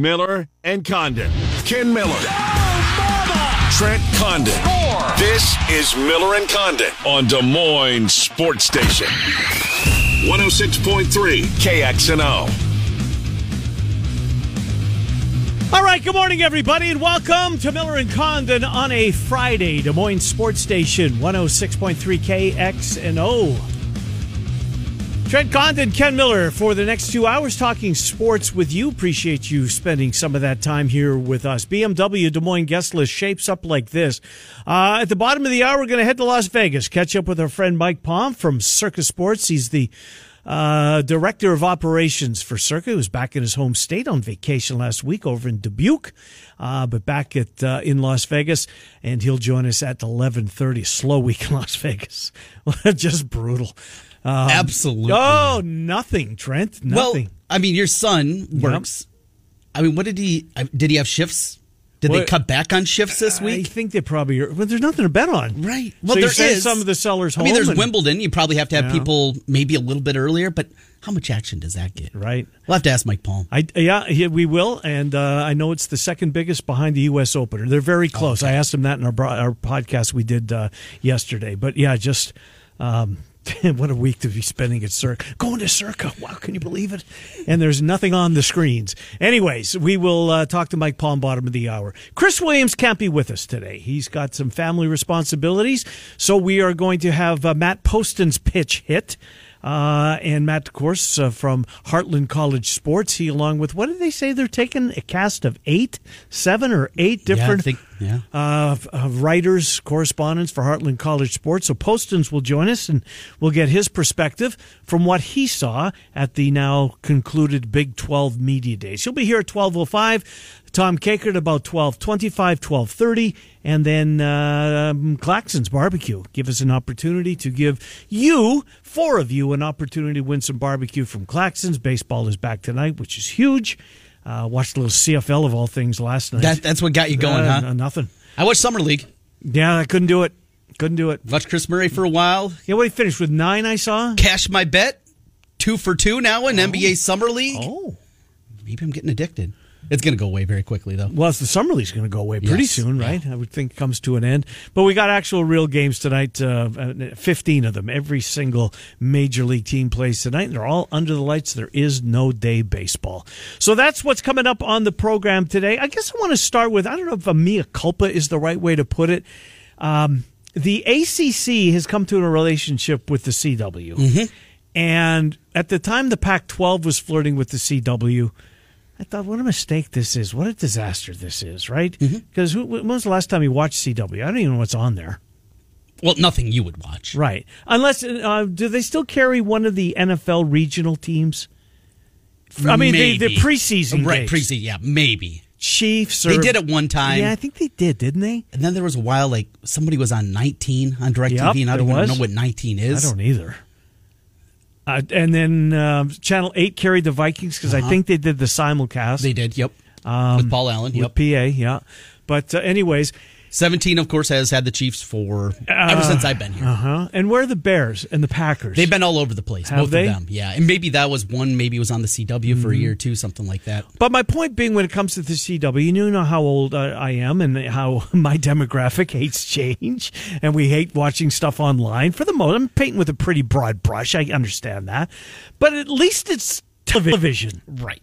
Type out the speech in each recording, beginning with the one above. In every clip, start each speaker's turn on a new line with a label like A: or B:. A: Miller and Condon. Ken Miller. Trent Condon. This is Miller and Condon on Des Moines Sports Station. 106.3 KXNO.
B: All right, good morning, everybody, and welcome to Miller and Condon on a Friday, Des Moines Sports Station, 106.3 KXNO. Trent Condon, Ken Miller for the next two hours talking sports with you. Appreciate you spending some of that time here with us. BMW Des Moines guest list shapes up like this. Uh, at the bottom of the hour, we're going to head to Las Vegas, catch up with our friend Mike Palm from Circus Sports. He's the uh, director of operations for Circa, who's back in his home state on vacation last week over in Dubuque, uh, but back at uh, in Las Vegas, and he'll join us at eleven thirty. Slow week in Las Vegas, just brutal. Um,
C: Absolutely.
B: Oh, nothing, Trent.
C: well,
B: Nothing.
C: I mean, your son works. I mean, what did he? I- Did he have shifts? Did they
B: What-
C: cut back on shifts this
B: I
C: week?
B: think they probably are. But there's nothing to bet on,
C: right. Well,
B: Well, so you
C: there
B: send
C: is.
B: some of the sellers.
C: I
B: Home
C: mean, there's
B: and-
C: Wimbledon. You probably have to have
B: Yeah.
C: people maybe a little bit earlier, but how much action does that get?
B: Right.
C: We'll have to ask Mike Palm.
B: I, yeah, yeah, we will, and uh, I know it's the second biggest behind the U.S. Open. They're very close. I asked him that in our bro- our podcast we did uh, yesterday. But yeah, just um, what a week to be spending at Circa, going to Circa. Wow, can you believe it? And there's nothing on the screens. Anyways, we will uh, talk to Mike Palm bottom of the hour. Chris Williams can't be with us today. He's got some family responsibilities, so we are going to have uh, Matt Poston's pitch hit. Uh, and Matt, of course, uh, from Heartland College Sports. He, along with what did they say? They're taking a cast of eight, seven or eight
C: I
B: different
C: think- yeah.
B: uh, f- uh, writers, correspondents for Heartland College Sports. So Postons will join us, and we'll get his perspective from what he saw at the now concluded Big Twelve Media Days. He'll be here at twelve oh five. Tom Caker at about 1225, 1230, and then um, Claxon's Barbecue. Give us an opportunity to give you, four of you, an opportunity to win some barbecue from Claxon's. Baseball is back tonight, which is huge. Uh, watched a little CFL of all things last night.
C: That, that's what got you going,
B: Uh,
C: huh?
B: no- Nothing.
C: I watched Summer League.
B: Yeah, I couldn't do it. Couldn't do it.
C: Watched Chris Murray for a while.
B: Yeah, what he finished with nine, I saw.
C: Cash my bet. Two for two now in NBA Summer League.
B: Oh,
C: Maybe I'm getting addicted. It's going to go away very quickly, though.
B: well, it's the summer league's going to go away pretty
C: Yes.
B: soon, right? I would think it comes to an end. But we got actual real games tonight. Uh, uh, Fifteen of them. Every single major league team plays tonight. and They're all under the lights. There is no day baseball. So that's what's coming up on the program today. I guess I want to start with. I don't know if a mea culpa is the right way to put it. Um, the ACC has come to a relationship with the CW.
C: Mm-hmm.
B: And at the time the Pac 12 was flirting with the CW, I thought, what a mistake this is. What a disaster this is, right?
C: Mm-hmm.
B: Because when was the last time you watched CW? I don't even know what's on there.
C: Well, nothing you would watch.
B: Right. Unless, uh, do they still carry one of the NFL regional teams? I mean, the, the
C: Maybe.
B: preseason.
C: Right,
B: games.
C: preseason, yeah, maybe.
B: Chiefs. Or,
C: They did it one time.
B: Yeah, I think they did, didn't they?
C: And then there was a while like somebody was on 19 on DirecTV,
B: Yep,
C: and I
B: there
C: don't even
B: was.
C: know what 19 is.
B: I don't either. Uh, and then um, Channel 8 carried the Vikings because
C: Uh-huh.
B: I think they did the simulcast
C: They did, yep. With Paul Allen,
B: Um, with
C: yep.
B: PA, yeah. But, uh, anyways,
C: 17, of course, has had the Chiefs for ever since I've been here.
B: uh-huh. and where are the Bears and the Packers?
C: They've been all over the place,
B: Have
C: both
B: they? Mm-hmm.
C: of them. Yeah, and maybe that was one. Maybe it was on the CW for a year or two, something like that.
B: But my point being, when it comes to the CW, you know how old uh, I am and how my demographic hates change, and we hate watching stuff online. For the most, I'm painting with a pretty broad brush. I understand that, but at least it's television.
C: Right.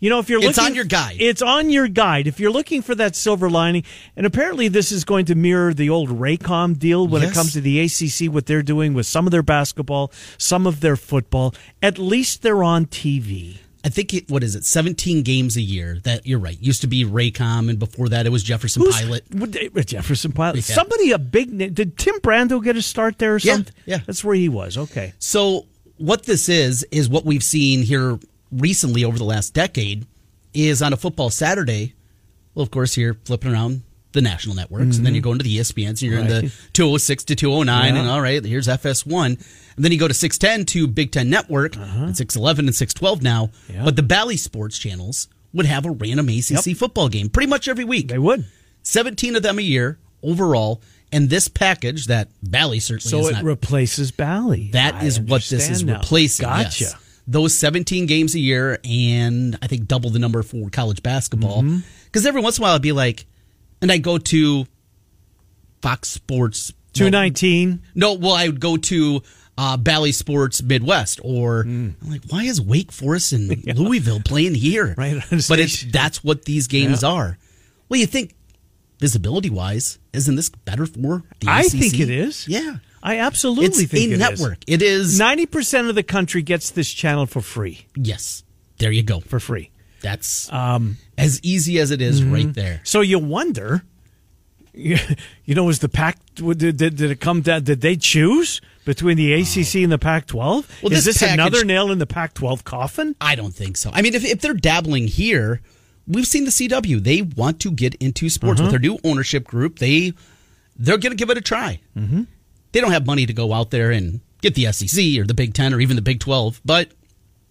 B: You know, if you're
C: It's
B: looking,
C: on your guide.
B: It's on your guide. If you're looking for that silver lining, and apparently this is going to mirror the old Raycom deal when it
C: Yes.
B: comes to the ACC, what they're doing with some of their basketball, some of their football. At least they're on TV.
C: I think it, what is it? 17 games a year. That you're right. Used to be Raycom, and before that it was Jefferson
B: Who's-
C: Pilot.
B: Would they- with Jefferson Pilot.
C: Yeah.
B: Somebody a big name. Did Tim Brando get a start there or
C: Yeah,
B: something?
C: yeah.
B: That's where he was. Okay.
C: So what this is is what we've seen here recently over the last decade is on a football Saturday. Well, of course, you're flipping around the national networks, and
B: Mm-hmm.
C: then you're going to the E ESPNs, and you're in the 206 to 209, and all right, here's FS1, and then you go to 610 to Big Ten Network,
B: Uh-huh.
C: and 611 and 612 now. But the Bally Sports channels would have a random ACC football game pretty much every week.
B: They would.
C: 17 of them a year overall, and this package that Bally certainly
B: So
C: is
B: it
C: not
B: replaces Bally.
C: that
B: I
C: is what this
B: understand
C: is
B: now.
C: replacing.
B: Gotcha.
C: yes. those 17 games a year and I think double the number for college basketball.
B: Mm-hmm.
C: Because every once in a while I'd be like, and I go to Fox Sports
B: Two nineteen.
C: no, well, I would go to uh, Bally Sports Midwest, or
B: Mm.
C: I'm like, why is Wake Forest and Louisville playing here?
B: Right on the
C: but it's,
B: station.
C: that's what these games are. Well, you think visibility wise, isn't this better for the
B: I
C: ACC?
B: think it is.
C: Yeah,
B: I absolutely
C: it's
B: think
C: a
B: it is.
C: network. It is
B: Ninety percent of the country gets this channel for free.
C: yes. There you go.
B: For free.
C: That's as easy as it is right there.
B: So you wonder, you know, was the Pac did, did, did it come down? Did they choose between the ACC and the Pac-12?
C: Well, this
B: Is this,
C: package-
B: another nail in the Pac-12 coffin?
C: I don't think so. I mean, if, if they're dabbling here, we've seen the CW. They want to get into sports
B: Uh-huh.
C: with their new ownership group. They they're going to give it a try. Mm-hmm. They don't have money to go out there and get the SEC or the Big Ten or even the Big Twelve, but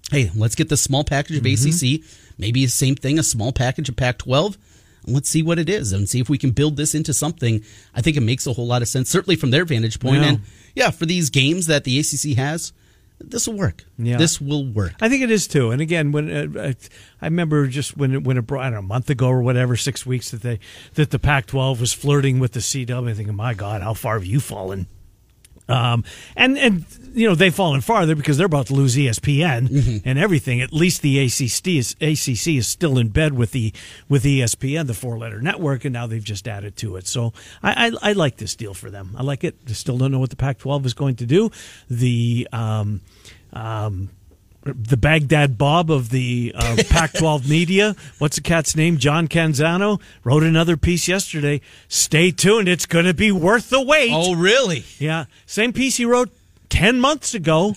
C: hey, let's get this small package
B: Mm-hmm.
C: of ACC. Maybe the same thing, a small package of Pac-12. And let's see what it is and see if we can build this into something. I think it makes a whole lot of sense, certainly from their vantage point.
B: Yeah.
C: And yeah, for these games that the ACC has, this will work.
B: Yeah.
C: This will work.
B: I think it is too. And again, when uh, I- I remember just when it- when it brought I don't know, a month ago or whatever, six weeks that they that the Pac-12 was flirting with the CW. I'm thinking, "Oh, my God, how far have you fallen? Um, and and you know they've fallen farther because they're about to lose E ESPN and everything. At least the ACC is ACC is still in bed with the with E ESPN, the four letter network, and now they've just added to it. So I, I I like this deal for them. I like it. I still don't know what the Pac-12 is going to do. The um, um, the Baghdad Bob of the uh, Pac-12 media. What's the cat's name? John Canzano wrote another piece yesterday. Stay tuned. It's going to be worth the wait.
C: Oh. really?
B: Yeah, same piece he wrote ten months ago.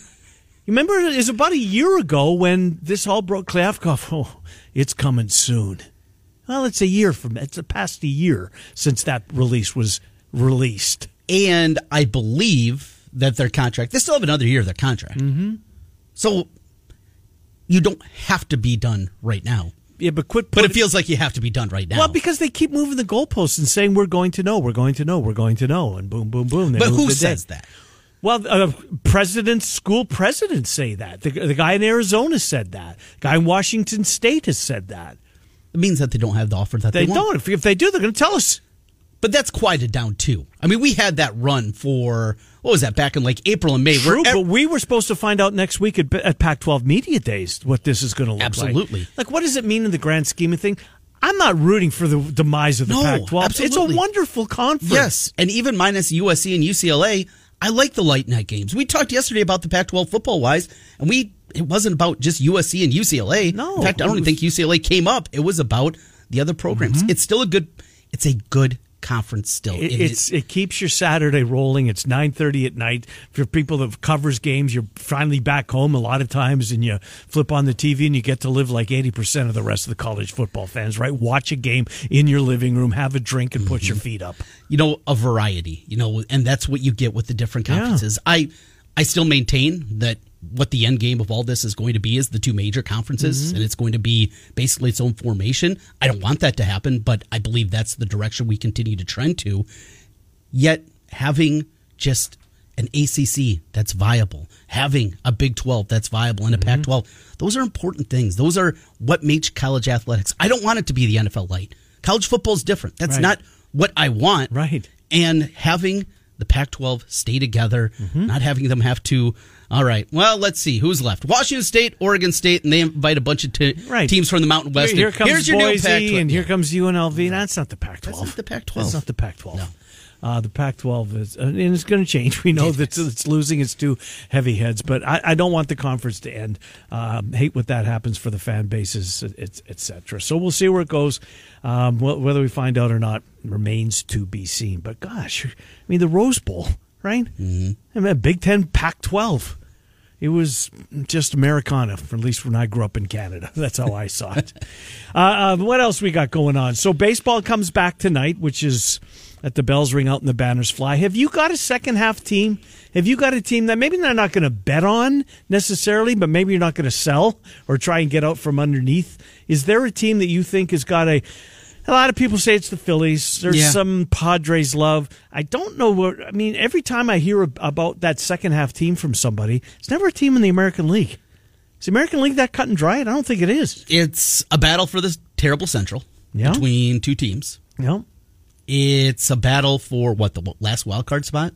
B: You remember it was about a year ago when this all broke. Klavkov, oh, it's coming soon. Well, it's a year from it's a past a year since that release was released.
C: And I believe that their contract, they still have another year of their contract. Mm-hmm. So you don't have to be done right now.
B: Yeah, but quit.
C: But
B: putting-
C: it feels like you have to be done right now.
B: well because they keep moving the goalposts and saying we're going to know, we're going to know, we're going to know, and boom, boom, boom. They
C: but
B: move
C: who
B: the
C: says
B: date.
C: that?
B: Well, uh, presidents, school presidents say that. The, the guy in Arizona said that. guy in Washington State has said that.
C: It means that they don't have the offer that
B: They
C: they, want.
B: don't. If, if they do, they're going to tell us.
C: But that's quieted down too. I mean, we had that run for what was that back in like April and May?
B: True,
C: where ev-
B: but we were supposed to find out next week at, at Pac-12 Media Days what this is going to look like.
C: Absolutely.
B: Like, what does it mean in the grand scheme of things? I'm not rooting for the demise of the
C: No,
B: Pac-12. It's
C: absolutely.
B: a wonderful conference.
C: yes, and even minus USC and UCLA, I like the light night games. We talked yesterday about the Pac-12 football wise, and we it wasn't about just USC and UCLA.
B: No.
C: in fact, I don't
B: It
C: even
B: was- Mm-hmm.
C: think UCLA came up. It was about the other programs. It's still a good. It's a good conference still.
B: It,
C: It is-
B: it's it keeps your Saturday rolling. It's nine thirty at night for people that covers games. You're finally back home a lot of times, and you flip on the TV and you get to live like eighty percent of the rest of the college football fans. Right, watch a game in your living room, have a drink, and put your feet up.
C: you know a variety you know and that's what you get with the different conferences i i still maintain that what the end game of all this is going to be is the two major conferences and it's going to be basically its own formation i don't want that to happen but i believe that's the direction we continue to trend to yet having just an ACC that's viable, having a Big 12 that's viable, and a Pac 12, those are important things. Those are what makes college athletics. I don't want it to be the NFL light. College football is different. That's
B: Right.
C: not what I want.
B: Right.
C: And having the Pac 12 stay together,
B: Mm-hmm.
C: not having them have to, all right, well, let's see who's left Washington State, Oregon State, and they invite a bunch of t-
B: Right.
C: teams from the Mountain West.
B: Here, here
C: and
B: comes
C: Here's your new Pac 12.
B: Boise, and here comes UNLV. That's not the Pac-12.
C: That's not the Pac-12.
B: That's not the Pac-12.
C: No.
B: Uh, the Pac-12 is, and it's going to change. We know that it's losing its two heavy heads, but I, I don't want the conference to end. Um, hate what that happens for the fan bases, et, et cetera. So we'll see where it goes. Um, wh- whether we find out or not remains to be seen. But gosh, I mean the Rose Bowl, right? Mm-hmm. I mean, Big Ten, Pac-12. It was just Americana, for at least when I grew up in Canada. That's how I saw it. uh, uh, what else we got going on? So baseball comes back tonight, which is at the bells ring out and the banners fly. Have you got a second half team? Have you got a team that maybe they're not going to bet on necessarily, but maybe you're not going to sell or try and get out from underneath? Is there a team that you think has got a? A lot of people say it's the Phillies. There's
C: Yeah.
B: some some Padres love. I don't know what I mean. Every time I hear ab- about that second half team from somebody, it's never a team in the American League. Is the American League that cut and dry? I don't think it is.
C: It's a battle for this terrible Central
B: Yeah.
C: between two teams.
B: No.
C: It's a battle for what the last wild card spot.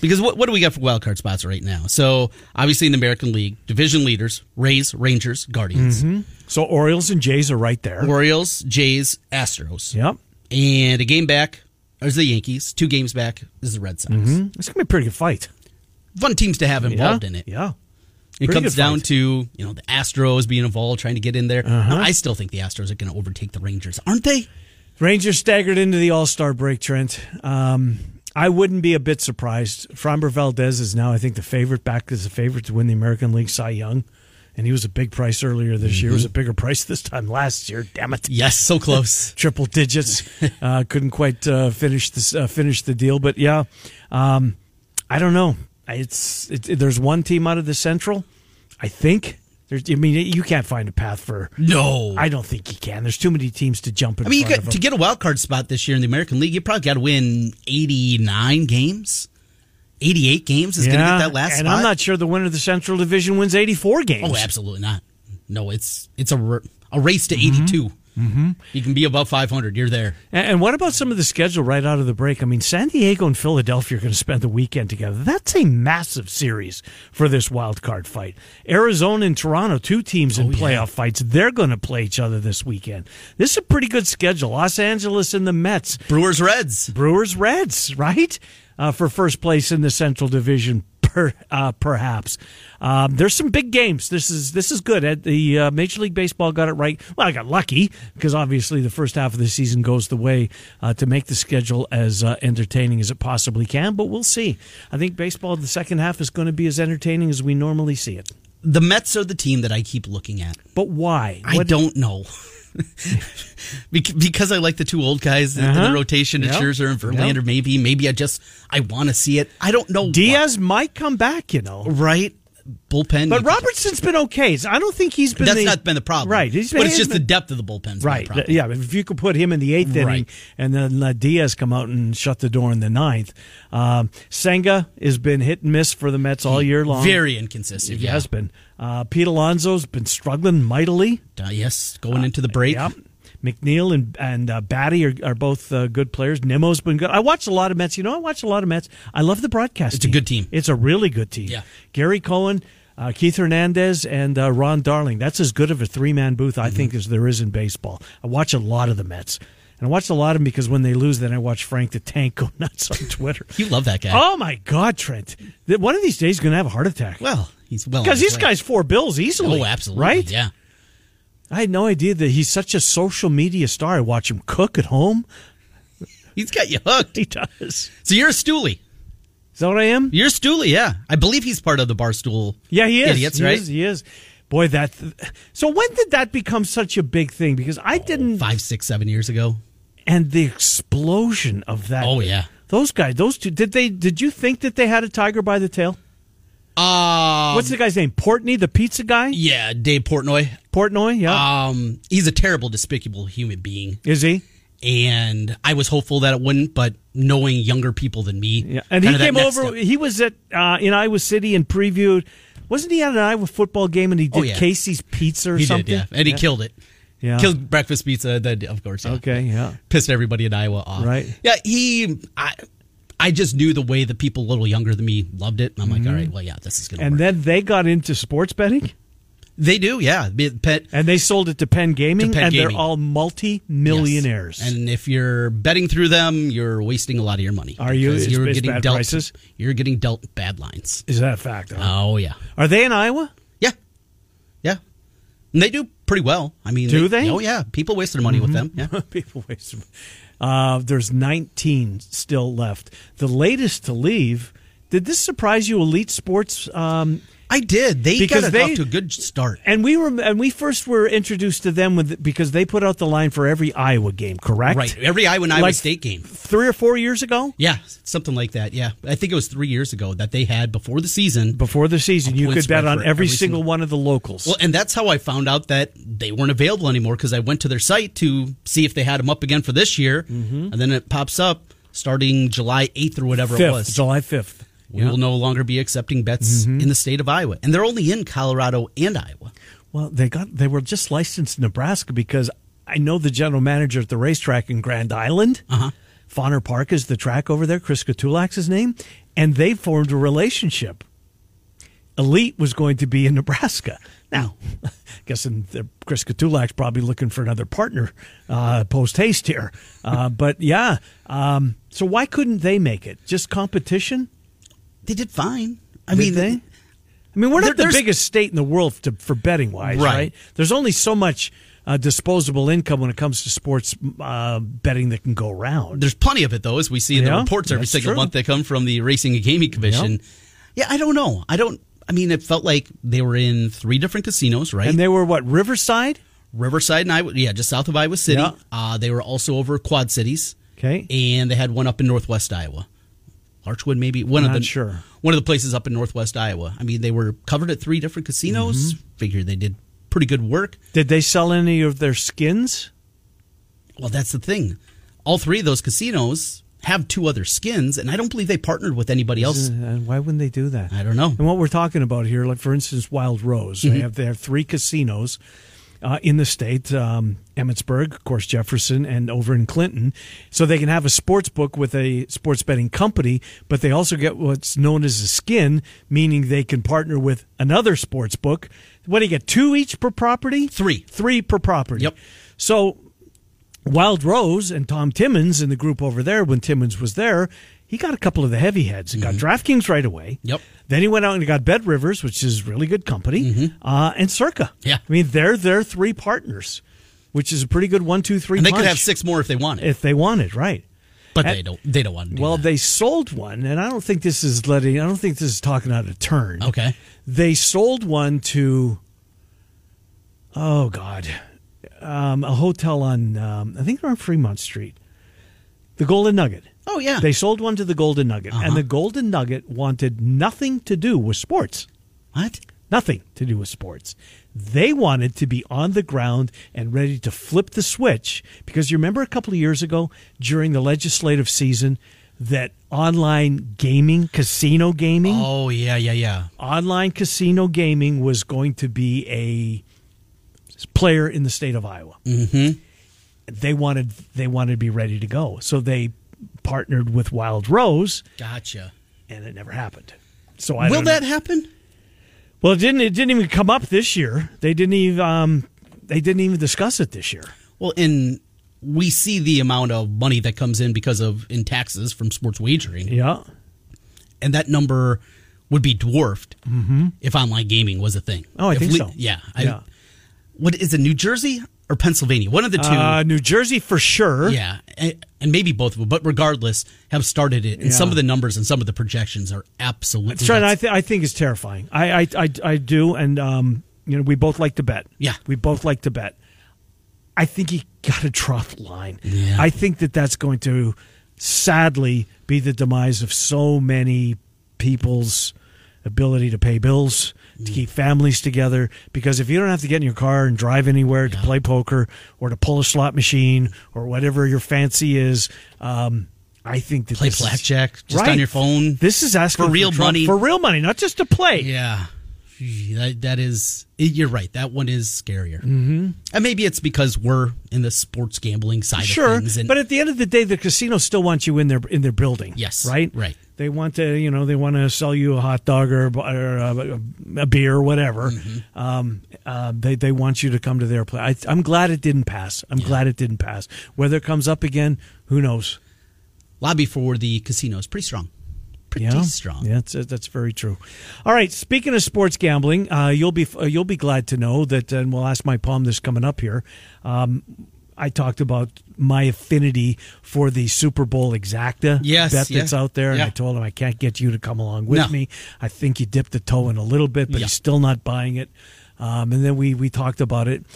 C: Because what what do we got for wild card spots right now? So obviously in the American League, division leaders: Rays, Rangers, Guardians,
B: So Orioles and Jays are right there.
C: Orioles, Jays, Astros,
B: Yep.
C: and a game back is the Yankees. Two games back is the Red Sox.
B: Hmm, It's going to be a pretty good fight.
C: Fun teams to have involved
B: Mm-hmm. yeah.
C: in it.
B: Yeah.
C: It
B: Pretty
C: comes
B: good
C: down
B: fight.
C: to you know the Astros being involved, trying to get in there.
B: Uh-huh.
C: Now, I still think the Astros are going to overtake the Rangers, aren't they?
B: Rangers staggered into the All Star break, Trent. Um, I wouldn't be a bit surprised. Framber Valdez is now, I think, the favorite, back as the favorite to win the American League Cy Young. And he was a big price earlier this year. It was a bigger price this time last year. Damn it.
C: Yes, so close.
B: Triple digits. uh, couldn't quite uh, finish this uh, finish the deal, but yeah, um, I don't know. I- It's it, it- there's one team out of the Central, I think. There's, I mean, you can't find a path for.
C: no,
B: I don't think you can. There's too many teams to jump in.
C: I mean, you
B: front
C: got,
B: of
C: to
B: 'em.
C: get a wild card spot this year in the American League, you probably got to win eighty nine games, eighty eight games is going to get that last
B: and
C: spot.
B: I'm not sure the winner of the Central Division wins 84 games.
C: oh, absolutely not. No, it's it's a r- a race to eighty Mm-hmm. You can be above five hundred. You're there.
B: And and what about some of the schedule right out of the break? I mean, San Diego and Philadelphia are going to spend the weekend together. That's a massive series for this wild card fight. Arizona and Toronto, two teams in playoff fights, they're going to play each other this weekend. This is a pretty good schedule. Los Angeles and the Mets,
C: Brewers, Reds.
B: Brewers, Reds, right? Uh, for first place in the Central Division, per, uh, perhaps. Um, there's some big games. This is this is good. Ed. The uh, Major League Baseball got it right. Well, I got lucky because obviously the first half of the season goes the way uh, to make the schedule as uh, entertaining as it possibly can. But we'll see. I think baseball the second half is going to be as entertaining as we normally see it.
C: The Mets are the team that I keep looking at.
B: But why?
C: I
B: What-
C: don't know. Bec- because I like the two old guys in in
B: Uh-huh.
C: the rotation, it's
B: Yep.
C: Scherzer and Verlander.
B: Yep.
C: Maybe, maybe I just I want to see it. I don't know.
B: Diaz might come back. You know.
C: why. right? Bullpen,
B: But Robertson's been okay. I don't think he's been.
C: That's
B: the-
C: not been the problem,
B: Right. He's been,
C: but it's
B: he's
C: just
B: been-
C: the depth of the bullpen's
B: Right.
C: Been the problem.
B: Yeah. If you could put him in the eighth inning
C: Right.
B: and then let Diaz come out and shut the door in the ninth. Um, Senga has been hit and miss for the Mets all year long.
C: Very inconsistent.
B: He
C: yeah.
B: has been. Uh, Pete Alonso's been struggling mightily.
C: Uh, yes, going into the break.
B: Yep. McNeil and and uh, Batty are, are both uh, good players. Nemo's been good. I watch a lot of Mets. You know, I watch a lot of Mets. I love the broadcast.
C: It's a good team.
B: It's a really good team.
C: Yeah.
B: Gary Cohen, uh, Keith Hernandez, and uh, Ron Darling. That's as good of a three man booth
C: Mm-hmm.
B: I think as there is in baseball. I watch a lot of the Mets, and I watch a lot of them because when they lose, then I watch Frank the Tank go nuts on Twitter.
C: You love that guy.
B: oh my God, Trent! That- One of these days, he's going to have a heart attack.
C: Well, he's well on
B: because
C: his
B: this
C: way.
B: guy's four bills easily.
C: Oh, absolutely.
B: Right?
C: Yeah.
B: I had no idea that he's such a social media star. I watch him cook at home.
C: He's got you hooked.
B: He does. Is
C: So you're a stoolie.
B: that what I am?
C: You're a stoolie. Yeah, I believe he's part of the barstool.
B: Yeah, he is.
C: Idiots,
B: he
C: right?
B: is. He is. Boy, that. so when did that become such a big thing? Because I didn't.
C: Five, six, seven years ago.
B: And the explosion of that.
C: Oh, yeah.
B: Those guys. Those two. Did they? Did you think that they had a tiger by the tail?
C: Uh,
B: What's the guy's name? Portney, the pizza guy.
C: yeah, Dave Portnoy.
B: Portnoy. Yeah.
C: Um, he's a terrible, despicable human being,
B: is he?
C: and I was hopeful that it wouldn't. But knowing younger people than me,
B: Yeah, and he
C: kinda that
B: came
C: next
B: over.
C: step.
B: He was at uh, in Iowa City and previewed. Wasn't he at an Iowa football game and he did
C: Oh, yeah.
B: Casey's Pizza or
C: He
B: something?
C: did, yeah, and he killed it.
B: Yeah.
C: Killed breakfast pizza. That of course. yeah.
B: Okay, yeah.
C: Pissed everybody in Iowa off.
B: Right.
C: Yeah. He. I. I just knew the way the people a little younger than me loved it. And I'm like, all right, well, yeah, this is gonna
B: Mm-hmm. And
C: work.
B: then they got into sports betting
C: they do, yeah. Be- Pet
B: and they sold it to Penn Gaming
C: To Penn
B: and
C: Gaming.
B: they're all multi-millionaires.
C: Yes. And if you're betting through them, you're wasting a lot of your money.
B: Are you?
C: Because
B: It's-
C: You're
B: it's
C: getting
B: bad
C: dealt.
B: prices?
C: You're getting dealt bad lines.
B: Is that a fact? huh?
C: Oh yeah,
B: Are they in Iowa?
C: yeah, yeah. And they do pretty well. I mean,
B: Do they? Mm-hmm.
C: Oh yeah, people waste their money with them. Yeah.
B: People waste. them. Uh, there's 19 still left. The latest to leave. Did this surprise you, Elite Sports? Um,
C: I did. They
B: Because
C: got it
B: they-
C: off to a good start.
B: and we were, and we first were introduced to them with because they put out the line for every Iowa game, correct?
C: Right. Every Iowa and Iowa
B: Like-
C: State game.
B: Three or four years ago,
C: Yeah, something like that. Yeah, I think it was three years ago that they had before the season.
B: before the season,
C: A
B: you
C: point
B: could
C: spread
B: bet on
C: for
B: every,
C: every
B: single,
C: single-
B: one of the locals.
C: Well, and that's how I found out that they weren't available anymore because I went to their site to see if they had them up again for this year, and then it pops up starting July eighth or whatever it
B: Mm-hmm. fifth,
C: was.
B: July Mm-hmm. fifth.
C: We will no longer be accepting bets in the state of Iowa. And they're only in Colorado and Iowa.
B: Well, they got they were just licensed in Nebraska because I know the general manager at the racetrack in Grand Island. Uh-huh. Fonner Park is the track over there. Chris Katulak's his name, and they formed a relationship. Elite was going to be in Nebraska. Now, guessing that Chris Katulak's probably looking for another partner uh, post haste here. Uh, but yeah, um, so why couldn't they make it? Just competition?
C: They did fine. I
B: Did
C: mean,
B: they? I mean, we're
C: There-
B: not the
C: there's-
B: biggest state in the world to, for betting wise, right.
C: Right.
B: There's only so much uh, disposable income when it comes to sports uh, betting that can go around.
C: there's plenty of it though, as we see in the
B: Yeah,
C: reports every
B: that's
C: single
B: true.
C: month that come from the Racing and Gaming Commission. Yeah, I don't know. I don't. I mean, it felt like they were in three different casinos, right?
B: And they were what Riverside?
C: Riverside and Iowa, yeah, just south of Iowa City.
B: Yeah.
C: Uh, they were also over Quad Cities,
B: Okay.
C: and they had one up in Northwest Iowa, Larchwood, maybe one of
B: Not
C: the
B: sure.
C: one of the places up in Northwest Iowa. I mean, they were covered at three different casinos.
B: Mm-hmm.
C: Figured they did pretty good work.
B: Did they sell any of their skins?
C: Well, that's the thing. All three of those casinos have two other skins, and I don't believe they partnered with anybody else.
B: And uh, why wouldn't they do that?
C: I don't know. Mm-hmm.
B: And what we're talking about here, like for instance, Wild Rose, they have they have three casinos uh, in the state: um, Emmitsburg, of course, Jefferson, and over in Clinton. So they can have a sports book with a sports betting company, but they also get what's known as a skin, meaning they can partner with another sports book. What do you get? Two each per property?
C: Three.
B: Three per property.
C: Yep.
B: So Wild Rose and Tom Timmons and the group over there, when Timmons was there, he got a couple of the heavy heads. He got DraftKings right away.
C: Mm-hmm. Yep.
B: Then he went out and got Bed Rivers, which is really good company, uh, and Circa.
C: Mm-hmm. Yeah.
B: I mean, they're their three partners, which is a pretty good one, two, three.
C: And they
B: punch
C: could have six more if they wanted,
B: if they wanted, right?
C: but
B: and-
C: they don't. They don't want to. Do
B: Well,
C: that.
B: they sold one, and I don't think this is letting. I don't think this is talking out of turn.
C: Okay.
B: They sold one to. Oh God, um, a hotel on um, I think they're on Fremont Street, the Golden Nugget.
C: oh yeah, Uh-huh.
B: They sold one to the Golden Nugget, and the Golden Nugget wanted nothing to do with sports.
C: what?
B: Nothing to do with sports. They wanted to be on the ground and ready to flip the switch because you remember a couple of years ago during the legislative season that online gaming, casino gaming,
C: Oh yeah, yeah, yeah.
B: online casino gaming was going to be a player in the state of Iowa. Mm-hmm. They wanted they wanted to be ready to go, so they partnered with Wild Rose,
C: Gotcha.
B: and it never happened. So I
C: Will
B: don't know.
C: that happen?
B: Well, it didn't it didn't even come up this year. They didn't even um, they didn't even discuss it this year.
C: Well, and we see the amount of money that comes in because of in taxes from sports wagering,
B: Yeah.
C: and that number would be dwarfed if online gaming was a thing.
B: Mm-hmm. Oh, I
C: If
B: think
C: we-
B: so.
C: Yeah. I,
B: Yeah.
C: What is it? New Jersey or Pennsylvania? One of the two.
B: Uh, New Jersey for sure.
C: yeah, and, and maybe both of them, but regardless, have started it. And some
B: Yeah.
C: of the numbers and some of the projections are absolutely.
B: That's right. I,
C: nuts.
B: th- I think it's terrifying. I I, I, I do, and um, you know, we both like to bet.
C: Yeah.
B: we both like to bet. I think you got to drop the line.
C: Yeah.
B: I think that that's going to sadly be the demise of so many people's ability to pay bills, to
C: Mm.
B: keep families together. Because if you don't have to get in your car and drive anywhere to play poker or to pull a slot machine or whatever your fancy is, um, I think that
C: Play
B: this is-
C: blackjack just on your phone.
B: This is asking
C: For real
B: trouble-
C: money.
B: for real money, not just to play.
C: Yeah. Gee, That, that is, you're right. That one is scarier. Mm-hmm. And maybe it's because we're in the sports gambling side
B: sure,
C: of things. And
B: but at the end of the day, the casinos still want you in their in their building.
C: Yes,
B: right,
C: right.
B: They want to, you know, they want to sell you a hot dog or, or a, a beer or whatever.
C: Mm-hmm.
B: Um, uh, they they want you to come to their place. I, I'm glad it didn't pass. I'm glad it didn't pass. Whether it comes up again, who knows?
C: lobby for the casino is pretty strong. Pretty
B: yeah,
C: strong.
B: Yeah, that's, that's very true. All right. Speaking of sports gambling, uh, you'll be uh, you'll be glad to know that, and we'll ask my palm this coming up here. Um, I talked about my affinity for the Super Bowl exacta
C: Yes,
B: bet
C: yeah.
B: that's out there, and
C: Yeah.
B: I told him I can't get you to come along with
C: No.
B: me. I think you dipped the toe in a little bit, but
C: Yeah.
B: he's still not buying it. Um, and then we we talked about it.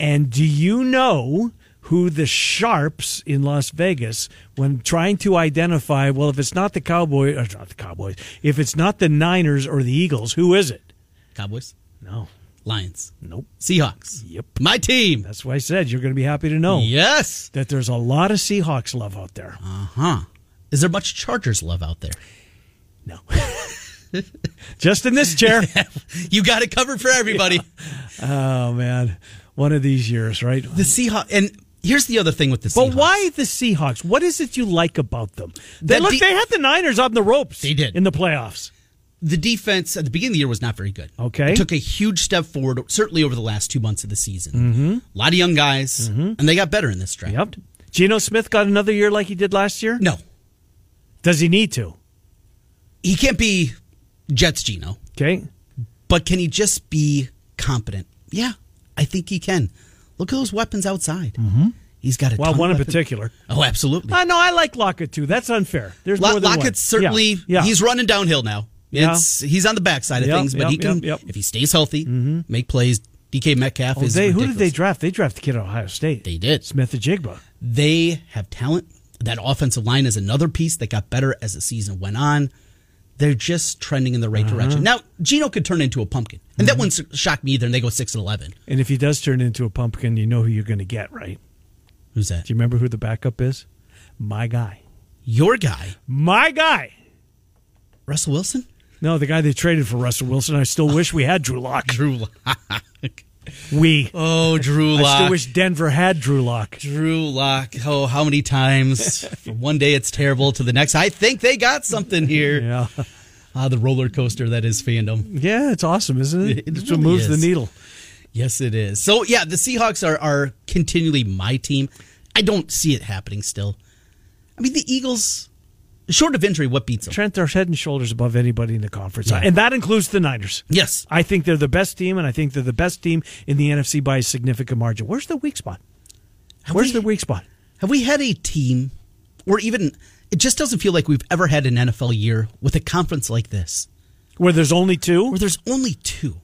B: And do you know who the sharps in Las Vegas when trying to identify? Well, if it's not the Cowboys, or not the Cowboys, if it's not the Niners or the Eagles, who is it?
C: Cowboys,
B: No,
C: Lions,
B: nope.
C: Seahawks.
B: Yep.
C: My team.
B: That's why I said you're going to be happy to know
C: Yes. Uh-huh.
B: that there's a lot of Seahawks love out there.
C: Uh huh. Is there much Chargers love out there?
B: No. Just in this chair.
C: You got it covered for everybody.
B: Oh man, one of these years, right?
C: The Seahawks. And here's the other thing with the
B: But
C: Seahawks.
B: why the Seahawks? What is it you like about them? They
C: That
B: look,
C: de-
B: they had the Niners on the ropes.
C: They did.
B: in the playoffs.
C: The defense at the beginning of the year was not very good.
B: Okay.
C: It took a huge step forward, certainly over the last two months of the season. Mm-hmm. A lot of young guys, and they got better in this draft.
B: Mm-hmm. Yep. Geno Smith got another year like he did last year.
C: No,
B: Does he need to?
C: he can't be Jets Geno,
B: Okay.
C: but can he just be competent? Yeah, I think he can. Look at those weapons outside. Mm-hmm. He's got a
B: Well,
C: ton of
B: one in
C: weapons.
B: particular.
C: Oh, absolutely.
B: Uh, no, I like Lockett too. That's unfair. There's
C: Lo-
B: more than one.
C: Lockett's certainly
B: Yeah. yeah.
C: he's running downhill now.
B: Yeah.
C: It's he's on the backside of
B: Yep,
C: things, but
B: yep,
C: he can
B: yep, yep.
C: if he stays healthy, make plays. DK Metcalf
B: Mm-hmm. Oh,
C: is
B: they, who did
C: ridiculous.
B: they draft? They drafted the kid at Ohio State.
C: They did.
B: Smith Ajigba.
C: They have talent. That offensive line is another piece that got better as the season went on. They're just trending in the
B: Uh-huh.
C: right direction. Now, Gino could turn into a pumpkin, and
B: Mm-hmm.
C: that wouldn't shock me either. And they go six and eleven.
B: And if he does turn into a pumpkin, you know who you're going to get, right?
C: Who's that?
B: Do you remember who the backup is? My guy.
C: Your guy,
B: My guy.
C: Russell Wilson.
B: No, the guy they traded for Russell Wilson. I still wish we had Drew Lock.
C: Drew Lock.
B: We.
C: Oh, Drew
B: I still
C: Lock.
B: wish Denver had Drew Lock.
C: Drew Lock. Oh, how many times? From one day it's terrible to the next. I think they got something here.
B: Yeah.
C: Ah, the roller coaster that is fandom.
B: Yeah, it's awesome, isn't it?
C: It
B: It's what
C: really
B: moves
C: is.
B: the needle.
C: Yes, it is. So yeah, the Seahawks are are continually my team. I don't see it happening still. I mean, the Eagles, short of injury, what beats them?
B: Trent, they're head and shoulders above anybody in the conference.
C: Yeah.
B: And that includes the Niners.
C: Yes,
B: I think they're the best team, and I think they're the best team in the NFC by a significant margin. Where's the weak spot?
C: Have
B: Where's
C: we-
B: the weak spot?
C: Have we had a team, or even it just doesn't feel like we've ever had an NFL year with a conference like this,
B: Where there's only two?
C: where there's only two.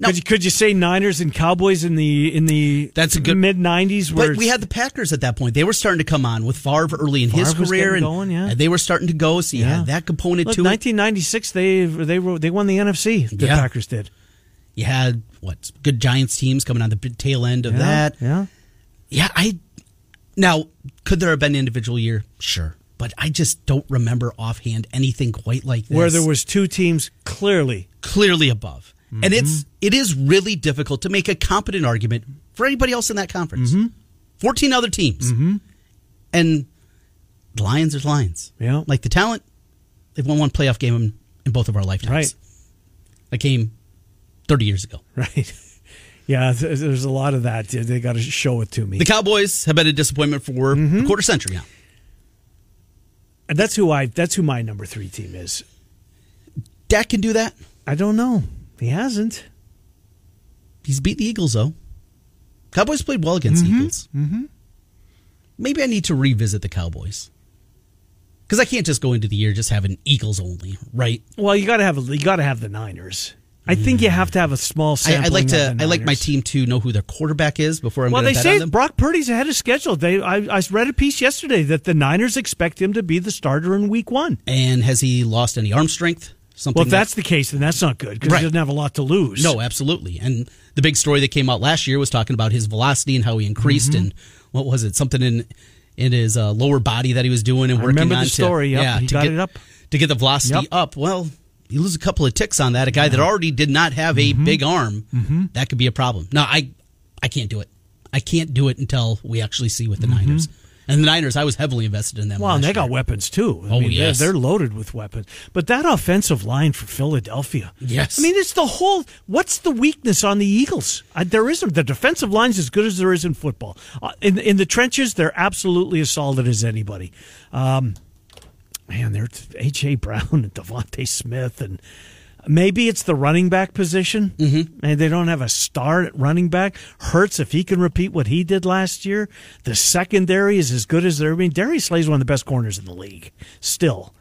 C: No.
B: Could you, could you say Niners and Cowboys in the in the
C: That's a good-
B: mid nineties? Where
C: But we had the Packers at that point. They were starting to come on with Favre early in his
B: Favre was
C: career, and,
B: getting going, yeah.
C: and they were starting to go. So you
B: Yeah.
C: had that component to it.
B: nineteen ninety six. They they were they won the NFC. The
C: Yeah.
B: Packers did.
C: You had what good Giants teams coming on the big tail end of
B: Yeah,
C: that.
B: yeah.
C: Yeah, I now could there have been an individual year? Sure, but I just don't remember offhand anything quite like this.
B: Where there was two teams clearly.
C: clearly above, and it's
B: Mm-hmm.
C: it is really difficult to make a competent argument for anybody else in that conference.
B: Mm-hmm.
C: Fourteen other teams, and the Lions are Lions.
B: Yeah.
C: like the talent, they've won one playoff game in, in both of our lifetimes.
B: Right.
C: that came thirty years ago.
B: Right. Yeah, th- there's a lot of that. They got to show it to me.
C: The Cowboys have been a disappointment for
B: Mm-hmm.
C: a quarter century now.
B: And that's who I. That's who my number three team is.
C: Dak can do that.
B: I don't know. He hasn't.
C: He's beat the Eagles though. Cowboys played well against the Eagles. Mm-hmm. Maybe I need to revisit the Cowboys because I can't just go into the year just having Eagles only, right?
B: Well, you got to have. You got to have the Niners. I think you have to have a small.
C: I, I
B: sampling
C: like
B: of
C: to.
B: the
C: I like my
B: Niners.
C: team to know who their quarterback is before I'm.
B: Well,
C: gonna
B: they
C: bet
B: say
C: on them.
B: Brock Purdy's ahead of schedule. They, I, I read a piece yesterday that the Niners expect him to be the starter in Week One.
C: and has he lost any arm strength? Something.
B: Well, if
C: that-
B: that's the case, then that's not good because
C: Right.
B: he doesn't have a lot to lose.
C: no, absolutely. And the big story that came out last year was talking about his velocity and how he increased
B: Mm-hmm.
C: and what was it? Something in in his uh, lower body that he was doing and working
B: remember the
C: on to-
B: story, yep.
C: yeah,
B: He
C: to
B: got
C: get
B: it up.
C: to get the velocity
B: Yep.
C: up. Well, you lose a couple of ticks on that. A guy that already did not have
B: Mm-hmm.
C: a big arm, that could be a problem. No, I, I can't do it. I can't do it until we actually see with the Niners. And the Niners, I was heavily invested in them.
B: Mm-hmm. Well, and
C: last
B: they got
C: year.
B: weapons too. I
C: Oh,
B: mean, they're-
C: yes.
B: they're, loaded with weapons. But that offensive line for Philadelphia,
C: Yes.
B: I mean, it's the whole. What's the weakness on the Eagles? I, there isn't. The defensive line's as good as there is in football. Uh, in in the trenches, they're absolutely as solid as anybody. Um, man, they're AJ Brown and Devontae Smith and. Maybe it's the running back position, mm-hmm. and they don't have a star at running back. Hurts if he can repeat what he did last year. The secondary is as good as there. I mean, Darius Slay's one of the best corners in the league. Still,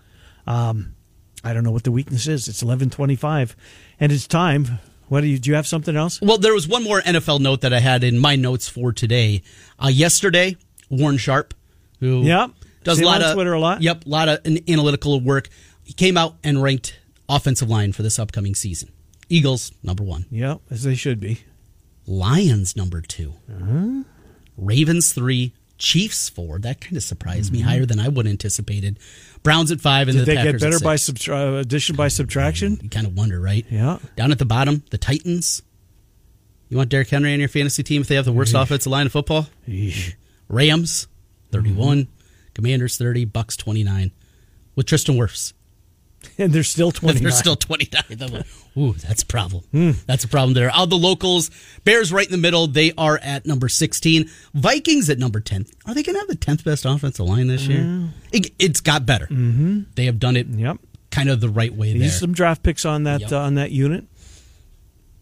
B: um, I don't know what the weakness is. It's eleven twenty-five, and it's time. What do you? Do you have something else?
C: Well, there was one more NFL note that I had in my notes for today. Uh, yesterday, Warren Sharp, who
B: Yep.
C: does a
B: See him
C: lot
B: on
C: of
B: Twitter a lot.
C: Yep, a lot of an- analytical work. He came out and ranked offensive line for this upcoming season. Eagles number one,
B: Yeah, as they should be. Uh-huh.
C: Lions number 2 Ravens three, Chiefs four. That kind of surprised me higher than I would have anticipated. Browns at five, and
B: Mm-hmm. Did
C: the
B: they get
C: Packers at
B: better
C: six.
B: by subtra- addition by subtraction?
C: You kind of wonder, right?
B: Yeah.
C: Down at the bottom, the Titans. You want Derrick Henry on your fantasy team if they have the worst offensive line of football? Rams, 31. Commanders, 30. Bucks, 29. With Tristan Wirfs.
B: And they're still
C: But
B: 29.
C: they're still 29. I'm like, Ooh, that's a problem. That's a problem there. Out the locals, Bears right in the middle. They are at number 16. Vikings at number 10. Are they going to have the 10th best offensive line this year? It, it's got better. Mm-hmm. They have done it
B: Yep.
C: kind of the right way there.
B: These some draft picks on that
C: Yep.
B: uh, on that unit.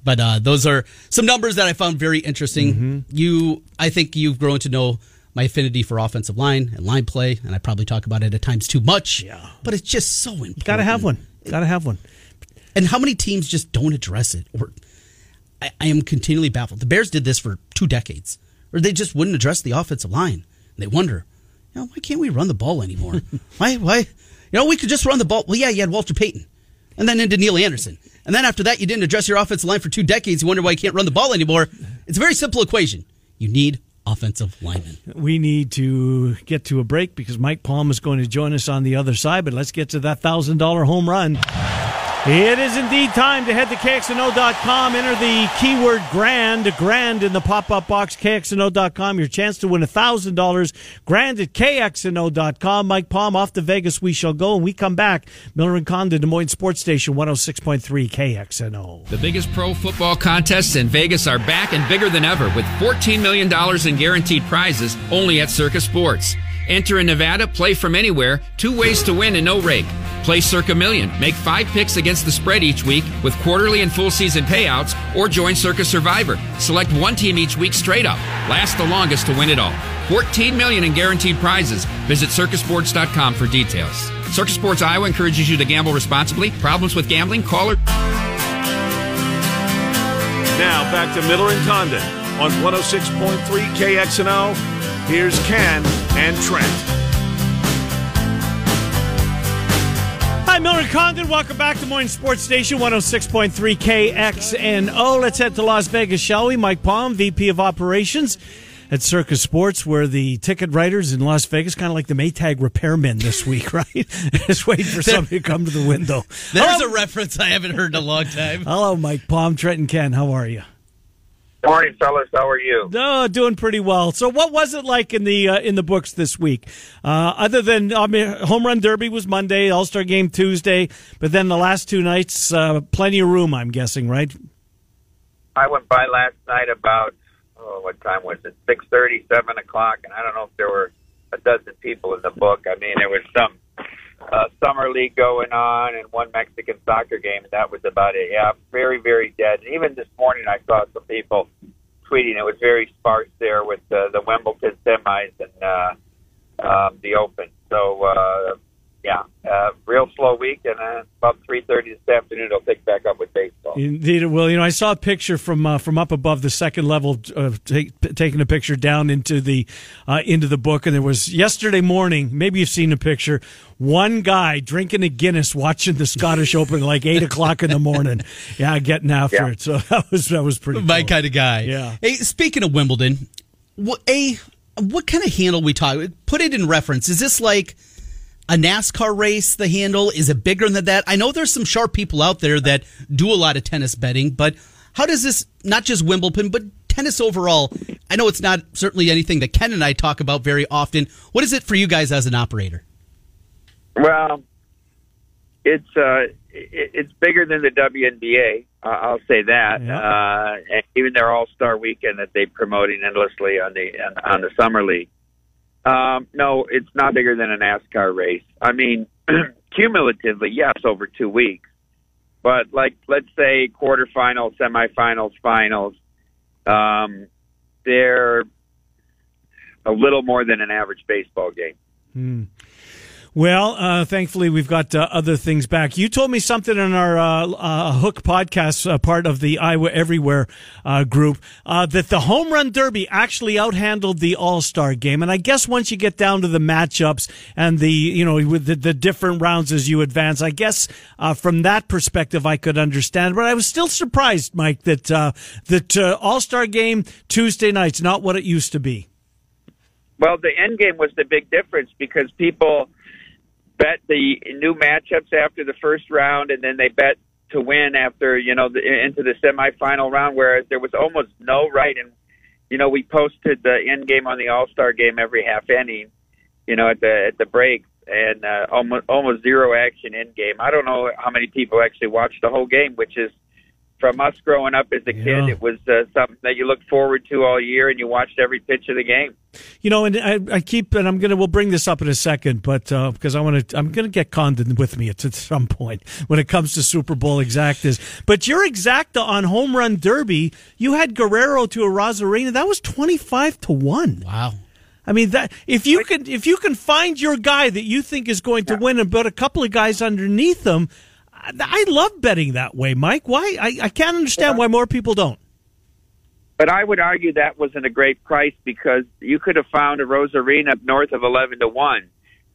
C: But uh, those are some numbers that I found very interesting.
B: Mm-hmm.
C: You, I think you've grown to know my affinity for offensive line and line play, and I probably talk about it at times too much.
B: Yeah.
C: But it's just so important.
B: Got to have one. Got to have one.
C: And how many teams just don't address it? Or I, I am continually baffled. The Bears did this for two decades, or they just wouldn't address the offensive line. And they wonder, you know, why can't we run the ball anymore? why, why, you know, we could just run the ball. Well, yeah, you had Walter Payton, and then into Neil Anderson, and then after that, you didn't address your offensive line for two decades. You wonder why you can't run the ball anymore. It's a very simple equation. You need offensive linemen.
B: We need to get to a break because Mike Palm is going to join us on the other side, but let's get to that $1,000 home run. It is indeed time to head to KXNO.com, enter the keyword grand, grand in the pop up box, KXNO.com. Your chance to win $1,000, grand at KXNO.com. Mike Palm off to Vegas, we shall go, and we come back. Miller and Condon, Des Moines Sports Station, 106.3 KXNO.
D: The biggest pro football contests in Vegas are back and bigger than ever with $14 million in guaranteed prizes only at Circus Sports. Enter in Nevada, play from anywhere, two ways to win and no rake. Play Circa Million, make five picks against the spread each week with quarterly and full season payouts, or join Circus Survivor. Select one team each week straight up. Last the longest to win it all. 14 million in guaranteed prizes. Visit circusports.com for details. Circus Sports Iowa encourages you to gamble responsibly. Problems with gambling? Call or
A: Now back to Miller and Condon on 106.3 KXNO. Here's Ken and Trent.
B: Hi, Miller Condon. Welcome back to Morning Sports Station 106.3 KXNO. Let's head to Las Vegas, shall we? Mike Palm, VP of Operations at Circus Sports, where the ticket writers in Las Vegas, kind of like the Maytag repairmen this week, right? Just waiting for somebody to come to the window.
C: There's
B: hello,
C: a reference I haven't heard in a long time.
B: hello, Mike Palm, Trent, and Ken. How are you?
E: Morning, fellas. How are you?
B: No, Oh, doing pretty well. So, what was it like in the uh, in the books this week? Uh, other than I mean, home run derby was Monday, All Star game Tuesday, but then the last two nights, uh, plenty of room. I'm guessing, right?
E: I went by last night about oh, what time was it? Six thirty, seven o'clock, and I don't know if there were a dozen people in the book. I mean, there was some uh, summer league going on and one Mexican soccer game. and That was about it. Yeah, very, very dead. And even this morning, I saw some people tweeting. It was very sparse there with uh, the Wimbledon semis and uh, um, the Open. So. Uh, yeah, uh, real slow week, and uh, about three thirty this afternoon, it'll pick back up with baseball.
B: Indeed, well, you know, I saw a picture from uh, from up above the second level of take, taking a picture down into the uh, into the book, and there was yesterday morning. Maybe you've seen the picture. One guy drinking a Guinness, watching the Scottish Open, at like eight o'clock in the morning. Yeah, getting after
E: Yeah.
B: it. So that was that was pretty.
C: my
B: cool.
C: kind of guy.
B: Yeah.
C: Hey, speaking of Wimbledon, what a what kind of handle we talk? Put it in reference. Is this like a NASCAR race? The handle is it bigger than that? I know there's some sharp people out there that do a lot of tennis betting, but how does this not just Wimbledon but tennis overall? I know it's not certainly anything that Ken and I talk about very often. What is it for you guys as an operator?
E: Well, it's uh, it, it's bigger than the WNBA. I- I'll say that.
B: Yeah.
E: Uh, and even their All Star Weekend that they promoting endlessly on the on, on the summer league. Um, no, it's not bigger than a NASCAR race. I mean, cumulatively, yes, over two weeks. But like, let's say quarterfinals, semifinals, finals. Um, they're a little more than an average baseball game.
B: Well, uh, thankfully, we've got uh, other things back. You told me something in our uh, uh, Hook podcast, uh, part of the Iowa Everywhere uh, group, uh, that the Home Run Derby actually outhandled the All Star Game. And I guess once you get down to the matchups and the you know with the, the different rounds as you advance, I guess uh, from that perspective, I could understand. But I was still surprised, Mike, that uh, that uh, All Star Game Tuesday nights not what it used to be.
E: Well, the end game was the big difference because people bet the new matchups after the first round, and then they bet to win after you know the, into the semifinal round. Whereas there was almost no right, and you know we posted the end game on the All Star game every half inning, you know at the at the break, and uh, almost almost zero action end game. I don't know how many people actually watched the whole game, which is from us growing up as a
B: Yeah.
E: kid, it was uh, something that you looked forward to all year, and you watched every pitch of the game.
B: You know, and I, I keep, and I'm gonna, we'll bring this up in a second, but uh, because I want to, I'm gonna get Condon with me at, at some point when it comes to Super Bowl exactas. But your exacta on home run derby, you had Guerrero to a Rosarena. That was 25 to one.
C: Wow.
B: I mean, that if you could, if you can find your guy that you think is going to win and put a couple of guys underneath them, I, I love betting that way, Mike. Why? I, I can't understand why more people don't.
E: But I would argue that wasn't a great price because you could have found a Rosarina north of eleven to one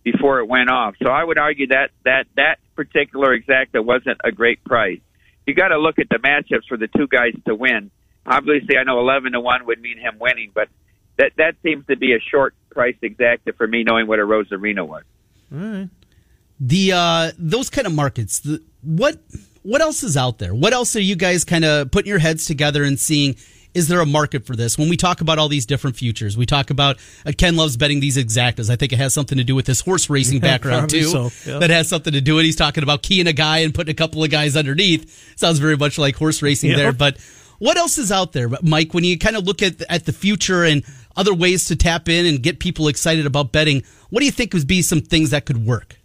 E: before it went off. So I would argue that that that particular exacta wasn't a great price. You got to look at the matchups for the two guys to win. Obviously, I know eleven to one would mean him winning, but that that seems to be a short price exacta for me, knowing what a Rosarina was.
C: the uh those kind of markets the, what what else is out there what else are you guys kind of putting your heads together and seeing is there a market for this when we talk about all these different futures we talk about uh, ken loves betting these exactas i think it has something to do with his horse racing background
B: probably
C: too
B: so, yeah.
C: that has something to do with he's talking about keying a guy and putting a couple of guys underneath sounds very much like horse racing
B: Yeah.
C: there but what else is out there mike when you kind of look at at the future and other ways to tap in and get people excited about betting what do you think would be some things that could work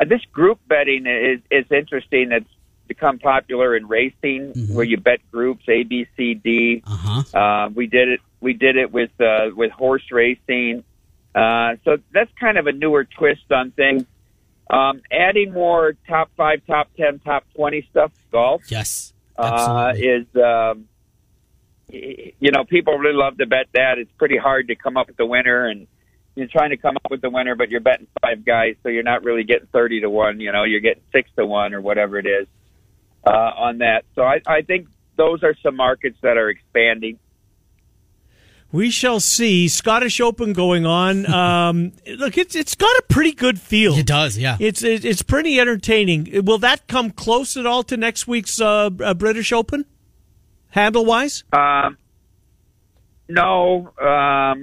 E: Uh, this group betting is is interesting. That's become popular in racing, where you bet groups A, B, C, D.
C: uh-huh
E: Uh, we did it. We did it with uh, with horse racing. Uh, so that's kind of a newer twist on things. Um, adding more top five, top ten, top twenty stuff. Golf
C: Yes.
E: uh,
C: Absolutely.
E: is um, y- you know people really love to bet that. It's pretty hard to come up with the winner, and you're trying to come up with the winner, but you're betting five guys, so you're not really getting thirty to one. You know, you're getting six to one or whatever it is uh, on that. So I, I think those are some markets that are expanding.
B: We shall see. Scottish Open going on. Um, look, it's it's got a pretty good feel.
C: it does, yeah.
B: It's it- it's pretty entertaining. Will that come close at all to next week's uh, uh, British Open, handle wise?
E: Um, no, um,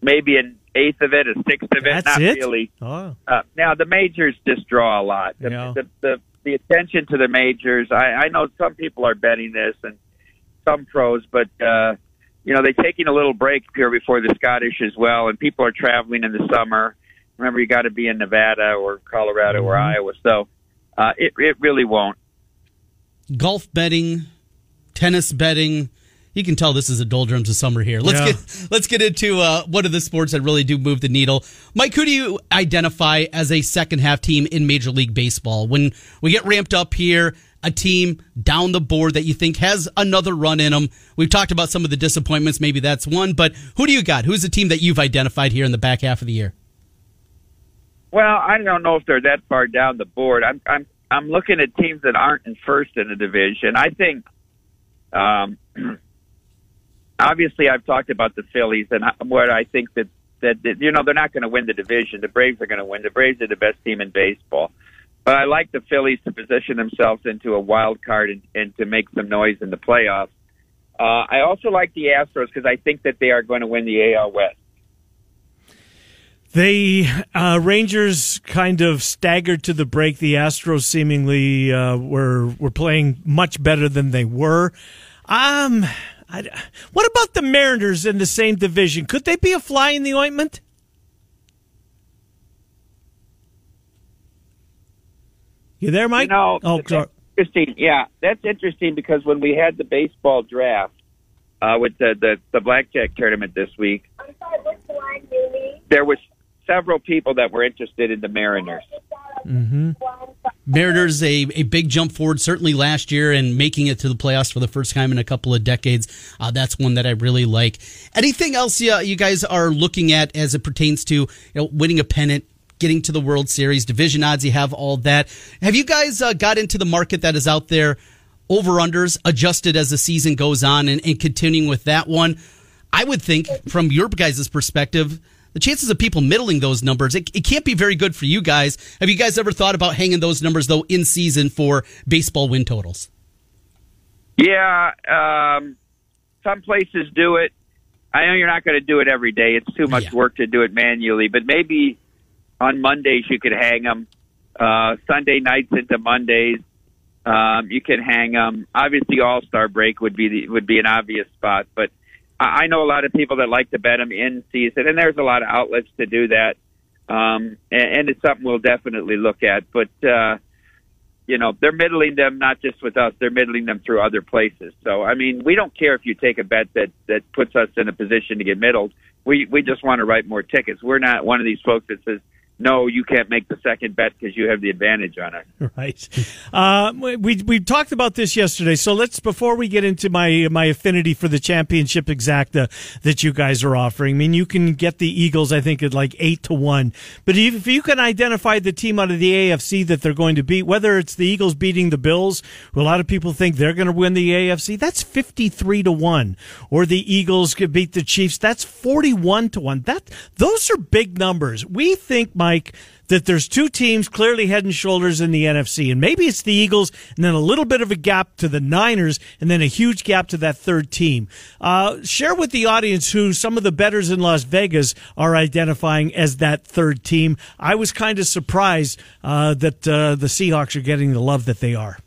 E: maybe an eighth of it, a sixth of it,
B: That's
E: not
B: it?
E: really.
B: Oh,
E: Uh, now the majors just draw a lot. The,
B: Yeah.
E: the, the the attention to the majors. I, I know some people are betting this and some pros, but uh, you know they're taking a little break here before the Scottish as well, and people are traveling in the summer. Remember, you got to be in Nevada or Colorado or Iowa, so uh, it it really won't.
C: Golf betting, tennis betting. You can tell this is a doldrums of summer here. Let's
B: Yeah.
C: get let's get into uh, one of the sports that really do move the needle. Mike, who do you identify as a second half team in Major League Baseball? When we get ramped up here, a team down the board that you think has another run in them. We've talked about some of the disappointments. Maybe that's one, but who do you got? Who's the team that you've identified here in the back half of the year?
E: Well, I don't know if they're that far down the board. I'm I'm I'm looking at teams that aren't in first in the division. I think, um, obviously, I've talked about the Phillies and how- what I think that that, that you know they're not going to win the division. The Braves are going to win. The Braves are the best team in baseball. But I like the Phillies to position themselves into a wild card and, and to make some noise in the playoffs. Uh, I also like the Astros because I think that they are going to win the AL West.
B: the uh, Rangers kind of staggered to the break. The Astros seemingly uh, were were playing much better than they were. Um, I, what about the Mariners in the same division? Could they be a fly in the ointment? You there, Mike?
E: You know,
B: oh,
E: that's
B: sorry.
E: interesting. Yeah, that's interesting because when we had the baseball draft uh, with the, the the blackjack tournament this week,
F: I'm sorry, which one, Mimi?
E: there was several people that were interested in the Mariners.
F: Mm-hmm.
C: Mariners a, a big jump forward certainly last year and making it to the playoffs for the first time in a couple of decades. Uh, that's one that I really like. Anything else you, you guys are looking at as it pertains to you know, winning a pennant, getting to the World Series, division odds? You have all that. Have you guys uh, got into the market that is out there? Over unders adjusted as the season goes on and, and continuing with that one. I would think, from your guys' perspective, the chances of people middling those numbers, it, it can't be very good for you guys. Have you guys ever thought about hanging those numbers, though, in season for baseball win totals?
E: Yeah, um, some places do it. I know you're not going to do it every day. It's too much
C: Yeah.
E: work to do it manually, but maybe on Mondays you could hang them. Uh, Sunday nights into Mondays, um, you can hang them. Obviously, All Star break would be the, would be an obvious spot, but I, I know a lot of people that like to bet them in season, and there's a lot of outlets to do that. Um, and, and it's something we'll definitely look at, but. Uh, you know, they're middling them not just with us, they're middling them through other places. So I mean, we don't care if you take a bet that that puts us in a position to get middled. We we just want to write more tickets. We're not one of these folks that says, "No, you can't make the second bet because you have the advantage on us."
B: Right. Uh, we we talked about this yesterday. So let's before we get into my my affinity for the championship exacta that you guys are offering. I mean, you can get the Eagles, I think, at like eight to one. But if if you can identify the team out of the AFC that they're going to beat, whether it's the Eagles beating the Bills, who a lot of people think they're going to win the AFC, that's fifty three to one. Or the Eagles could beat the Chiefs, that's forty one to one. That those are big numbers. We think, Mike that there's two teams clearly head and shoulders in the NFC, and maybe it's the Eagles, and then a little bit of a gap to the Niners, and then a huge gap to that third team. Uh, share with the audience who some of the betters in Las Vegas are identifying as that third team. I was kind of surprised uh, that uh, the Seahawks are getting the love that they are.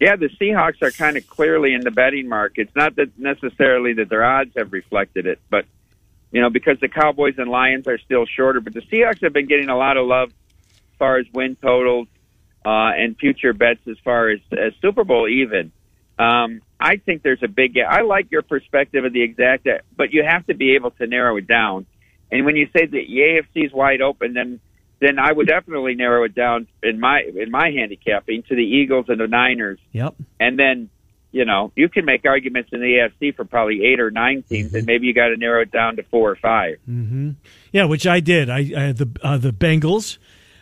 E: Yeah, the Seahawks are kind of clearly in the betting market. It's not that necessarily that their odds have reflected it, but you know, because the Cowboys and Lions are still shorter, but the Seahawks have been getting a lot of love as far as win totals uh, and future bets as far as, as Super Bowl even. Um, I think there's a big. I like your perspective of the exact, but you have to be able to narrow it down. And when you say that the AFC is wide open, then then I would definitely narrow it down in my in my handicapping to the Eagles and the Niners
B: Yep.
E: and then you know you can make arguments in the AFC for probably eight or nine teams, and maybe you got to narrow it down to four or five.
B: Yeah, which I did. I, I had the uh, the Bengals,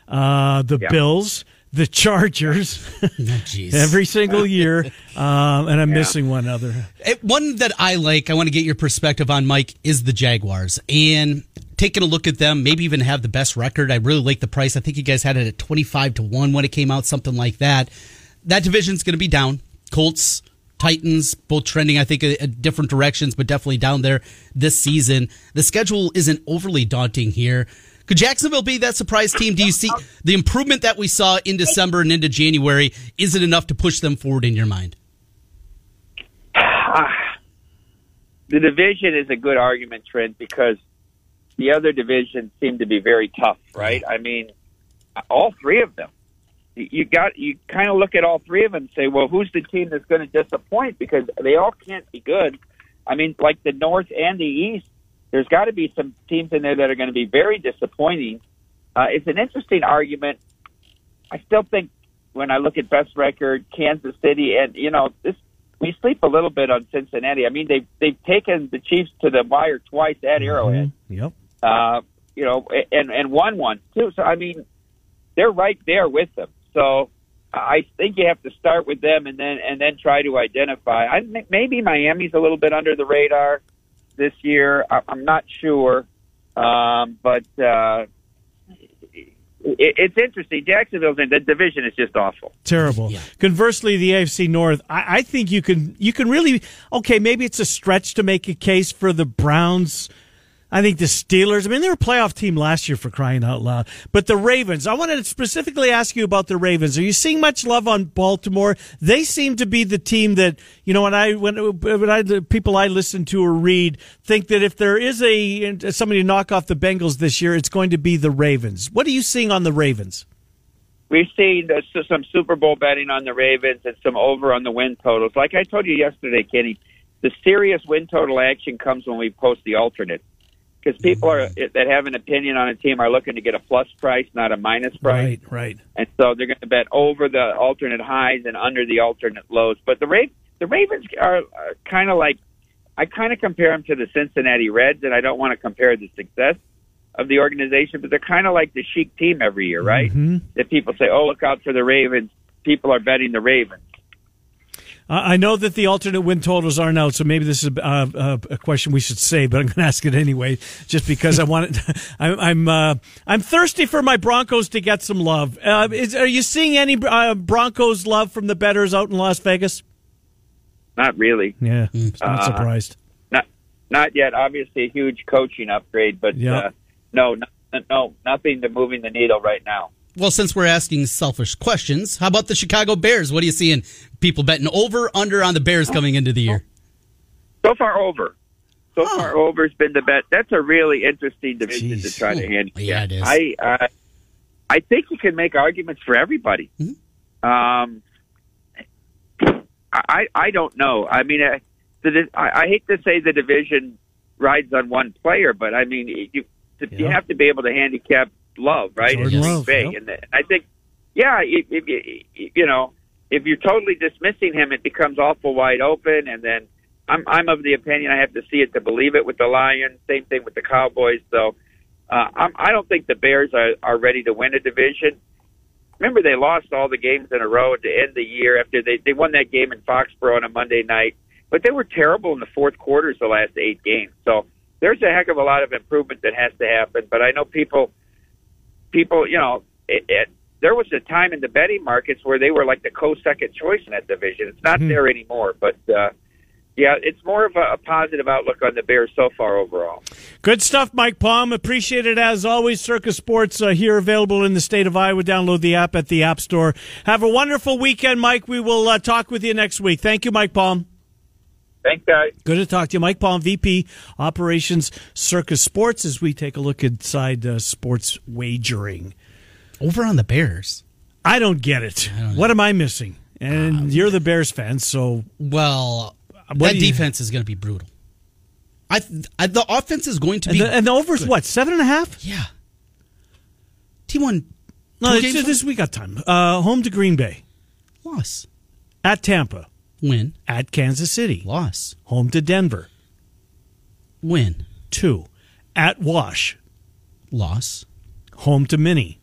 B: uh, the
E: Yeah.
B: Bills, the Chargers.
C: Jeez.
B: every single year, um, and I'm missing one other.
C: Eh, One that I like, I want to get your perspective on, Mike, is the Jaguars. And taking a look at them, maybe even have the best record. I really like the price. I think you guys had it at 25 to 1 when it came out, something like that. That division's going to be down. Colts, Titans, both trending, I think, in in different directions, but definitely down there this season. The schedule isn't overly daunting here. Could Jacksonville be that surprise team? Do you see the improvement that we saw in December and into January? Is it enough to push them forward in your mind?
E: The division is a good argument, Trent, because the other divisions seem to be very tough, right? I mean, all three of them. You you got you kind of look at all three of them and say, well, who's the team that's going to disappoint? Because they all can't be good. I mean, like the North and the East, there's got to be some teams in there that are going to be very disappointing. Uh, it's an interesting argument. I still think when I look at best record, Kansas City, and you know this, we sleep a little bit on Cincinnati. I mean, they've they've taken the Chiefs to the wire twice at Arrowhead,
B: Mm-hmm. Yep.
E: uh, you know, and and won one too. So I mean, they're right there with them. So I think you have to start with them and then and then try to identify. I think maybe Miami's a little bit under the radar this year. I, I'm not sure, um, but uh, it, it's interesting. Jacksonville's in the division is just awful.
B: Terrible. Conversely, the AFC North, I, I think you can you can really okay. Maybe it's a stretch to make a case for the Browns. I think the Steelers. I mean, they were a playoff team last year for crying out loud. But the Ravens. I wanted to specifically ask you about the Ravens. Are you seeing much love on Baltimore? They seem to be the team that you know. When I when, when I the people I listen to or read think that if there is a somebody to knock off the Bengals this year, it's going to be the Ravens. What are you seeing on the Ravens?
E: We've seen uh, s- some Super Bowl betting on the Ravens and some over on the win totals. Like I told you yesterday, Kenny, the serious win total action comes when we post the alternate because people are that have an opinion on a team are looking to get a plus price, not a minus price.
B: right. right.
E: and so they're going to bet over the alternate highs and under the alternate lows. But the Ra- the Ravens are, are kind of like I kind of compare them to the Cincinnati Reds, and I don't want to compare the success of the organization, but they're kind of like the chic team every year, right? That people say, "Oh, look out for the Ravens." People are betting the Ravens.
B: I I know that the alternate win totals aren't out, so maybe this is a, a, a question we should say, but I'm going to ask it anyway, just because I want it. I'm I'm, uh, I'm thirsty for my Broncos to get some love. Uh, is, are you seeing any uh, Broncos love from the betters out in Las Vegas?
E: Not really.
B: Yeah, not surprised.
E: Not not yet. Obviously, a huge coaching upgrade, but
B: Yeah.
E: uh, no, no, no, nothing to moving the needle right now.
C: Well, since we're asking selfish questions, how about the Chicago Bears? What are you seeing? People betting over, under on the Bears coming into the year.
E: So far, over. So far, over's been the bet. That's a really interesting division to
B: Jeez.
E: try to handle.
C: Yeah, it is.
E: I, I I think you can make arguments for everybody.
C: Hmm?
E: Um, I I don't know. I mean, I, the, di- I, I hate to say the division rides on one player, but I mean, you you
B: Yeah.
E: have to be able to handicap Love, right?
B: Jordan
E: It's just
B: Love,
E: big.
B: yep.
E: and I think, yeah, if, if, you- you know, if you're totally dismissing him, it becomes awful wide open, and then. I'm I'm of the opinion I have to see it to believe it with the Lions. Same thing with the Cowboys. So uh, I'm, I don't think the Bears are are ready to win a division. Remember, they lost all the games in a row to end the year after they they won that game in Foxborough on a Monday night, but they were terrible in the fourth quarters the last eight games. So there's a heck of a lot of improvement that has to happen. But I know people people you know it. it there was a time in the betting markets where they were like the co-second choice in that division. It's not there anymore, but uh, yeah, it's more of a, a positive outlook on the Bears so far overall.
B: Good stuff, Mike Palm. Appreciate it as always. Circus Sports uh, here available in the state of Iowa. Download the app at the App Store. Have a wonderful weekend, Mike. We will uh, talk with you next week. Thank you, Mike Palm.
E: Thanks, guys.
B: Good to talk to you, Mike Palm, VP Operations Circus Sports, as we take a look inside uh, sports wagering.
C: Over on the Bears.
B: I don't Ah. get it. What am I missing? And you're the Bears fan, so
C: Well,
B: What
C: that
B: do you-
C: defense is going to be brutal. I, th- I the offense is going to
B: and
C: be
B: the, and the over's what seven and a half?
C: yeah. T one
B: No,
C: Two
B: it's
C: games
B: just, this we got time. Uh, home to Green Bay,
C: loss
B: at Tampa,
C: win
B: at Kansas City,
C: loss
B: home to Denver,
C: win
B: two, at Wash,
C: loss
B: home to Mini,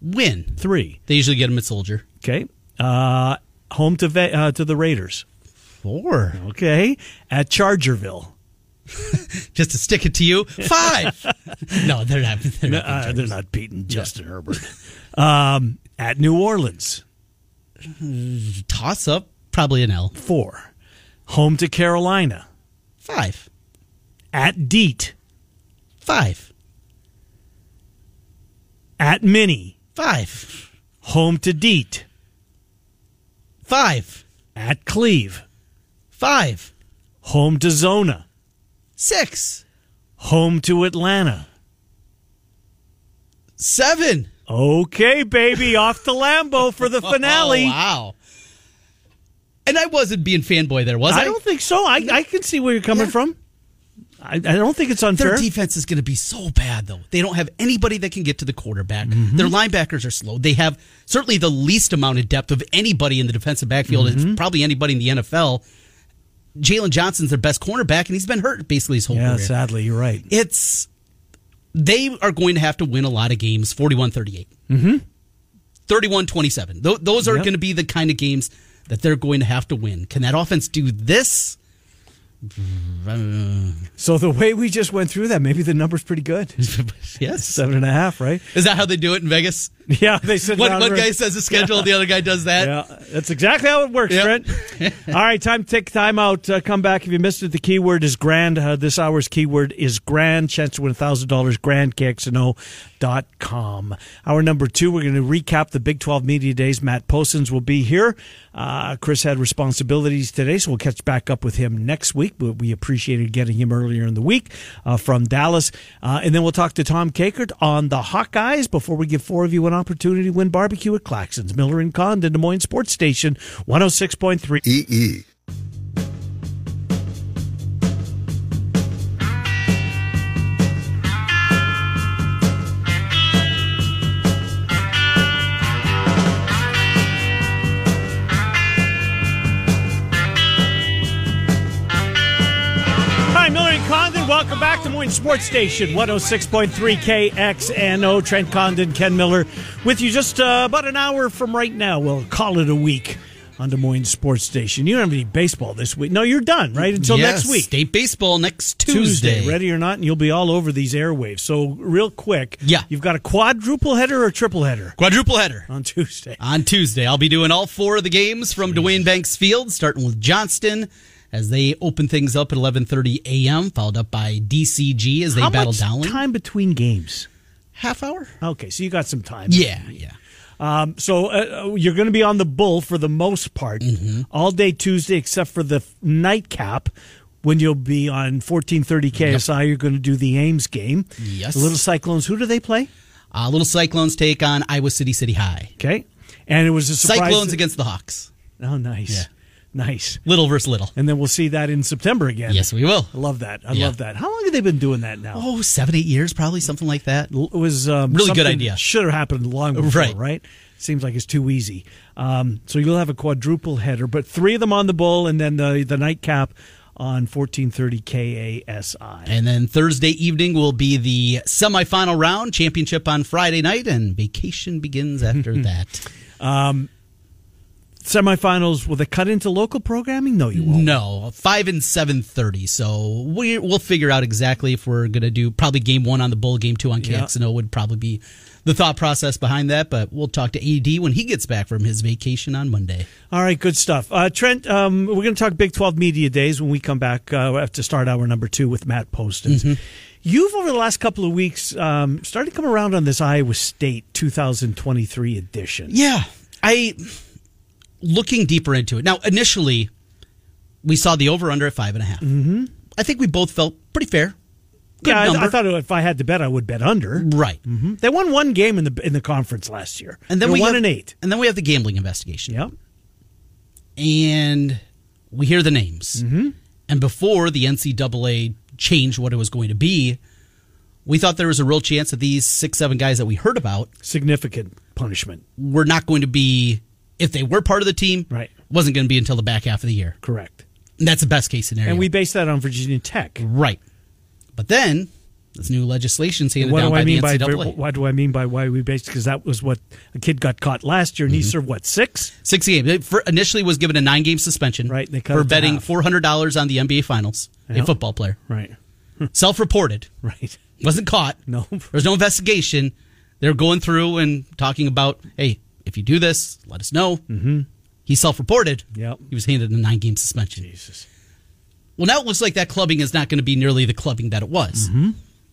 C: win.
B: three,
C: They usually get him at Soldier
B: okay, uh, home to Ve- uh, to the Raiders,
C: four.
B: okay, at Chargerville.
C: Just to stick it to you five. no, they're not. They're not
B: Uh, they're not beating Justin Herbert. Um, at New Orleans,
C: toss up probably an L
B: four. Home to Carolina.
C: five
B: At Deet.
C: five
B: At Mini.
C: five
B: Home to Deet.
C: five
B: At Cleve.
C: five
B: Home to Zona.
C: six
B: Home to Atlanta.
C: seven.
B: Okay, baby, off to Lambeau for the finale.
C: Oh, wow. And I wasn't being fanboy there, was I?
B: I don't think so. I, I can see where you're coming from. I, I don't think it's
C: Their
B: unfair.
C: defense is going to be so bad, though. They don't have anybody that can get to the quarterback.
B: Mm-hmm.
C: Their linebackers are slow. They have certainly the least amount of depth of anybody in the defensive backfield.
B: Mm-hmm.
C: It's probably anybody in the NFL. Jalen Johnson's their best cornerback, and he's been hurt basically his whole
B: Yeah,
C: career.
B: sadly, you're right.
C: It's they are going to have to win a lot of games 41 38 mm-hmm. 31 27 Tho- those are
B: Yep.
C: going to be the kind of games that they're going to have to win can that offense do this
B: So the way we just went through that, maybe the number's pretty good.
C: yes
B: Seven and a half, right?
C: is that how they do it in vegas
B: Yeah, they said
C: one, one guy says a schedule the other guy does that
B: Yeah, that's exactly how it works,
C: Yep.
B: Trent. All right, time to take time out. Uh, come back if you missed it. The keyword is grand. Uh, this hour's keyword is grand. Chance to win thousand dollars. Grand KXNO.com. Hour number two. We're going to recap the Big Twelve media days. Matt Posens will be here. Uh, Chris had responsibilities today, so we'll catch back up with him next week. But we appreciated getting him earlier in the week uh, from Dallas, uh, and then we'll talk to Tom Cakert on the Hawkeyes before we give four of you an opportunity to win barbecue at Claxons Miller and Condon Des Moines Sports Station one hundred six point three.
G: EE.
B: Hi, Miller and Condon. Welcome back to Des Moines Sports Station, 106.3 KXNO. Trent Condon, Ken Miller with you just uh, about an hour from right now. We'll call it a week. on Des Moines Sports Station. You don't have any baseball this week. No, you're done, right? Until
C: Yes,
B: next week.
C: State baseball next Tuesday.
B: ready or not, and you'll be all over these airwaves. So, real quick,
C: Yeah.
B: you've got a quadruple header or triple header
C: Quadruple header.
B: on Tuesday.
C: On Tuesday, I'll be doing all four of the games from Dwayne Banks Field, starting with Johnston as they open things up at 11:30 a.m., followed up by DCG as they
B: How
C: battle
B: much
C: down.
B: time between games?
C: Half hour?
B: Okay, so you got some time.
C: Yeah, yeah.
B: Um, so uh, uh, you're going to be on the bull for the most part
C: Mm-hmm.
B: all day Tuesday, except for the f- nightcap when you'll be on 1430 KSI. You're going to do the Ames game.
C: Yes.
B: The Little Cyclones. Who do they play?
C: Uh, little Cyclones take on Iowa City City High.
B: Okay. And it was a surprise.
C: Cyclones
B: that-
C: against the Hawks.
B: Oh, nice. Nice.
C: Little versus little.
B: And then we'll see that in September again.
C: Yes, we will.
B: I love that. I
C: Yeah.
B: love that. How long have they been doing that now?
C: Oh, seven, eight years, probably something like that.
B: it was um,
C: Really good
B: something
C: idea.
B: Should have happened long before, right?
C: Right.
B: Seems like it's too easy. Um, so you'll have a quadruple header, but three of them on the bull, and then the the nightcap on fourteen thirty KASI.
C: And then Thursday evening will be the semifinal round, championship on Friday night, and vacation begins after that.
B: Semifinals will they cut into local programming? No, you won't.
C: No, five and seven thirty. So we we'll figure out exactly if we're gonna do probably game one on the bull, game two on
B: Yeah.
C: KXNO would probably be the thought process behind that. But we'll talk to AD when he gets back from his vacation on Monday.
B: All right, good stuff. Uh, Trent, um, we're going to talk Big 12 Media Days when we come back. Uh, we have to start hour number two with Matt Poston.
C: Mm-hmm.
B: You've, over the last couple of weeks, um, started to come around on this Iowa State 2023 edition.
C: Yeah, I looking deeper into it now. Initially, we saw the over under at five and a half. Mm-hmm. I think we both felt pretty fair. Good
B: yeah, I, I
C: number. Mm-hmm.
B: thought if I had to bet, I would bet under.
C: right.
B: Mhm. They won one game in the in the conference last year,
C: And then
B: They
C: we
B: won
C: have,
B: an eight.
C: And then we have the gambling investigation.
B: Yep.
C: and we hear the names. Mm-hmm. And before the NCAA changed what it was going to be, we thought there was a real chance that these six, seven guys that we heard about
B: Significant punishment.
C: were not going to be, if they were part of the team,
B: Right.
C: wasn't going to be until the back half of the year.
B: Correct.
C: And that's the best case scenario.
B: And we based that on Virginia Tech.
C: right. But then this new legislation's handed
B: What
C: down
B: do
C: by
B: I mean
C: the
B: by
C: NCAA.
B: what do I mean by why we based? Because that was what a kid got caught last year, and
C: Mm-hmm.
B: he served what six?
C: Six games. They For, initially was given a nine game suspension
B: Right, they cut it
C: for
B: to
C: betting
B: half.
C: $400 on the NBA Finals,
B: Yeah.
C: a football player.
B: Right.
C: Self reported.
B: Right.
C: wasn't caught.
B: No.
C: there was no investigation. They're going through and talking about, hey, if you do this, let us know. Mm-hmm. He self-reported.
B: Yep.
C: He was handed a nine-game suspension. Jesus. Well, now it looks like that clubbing is not going to be nearly the clubbing that it was.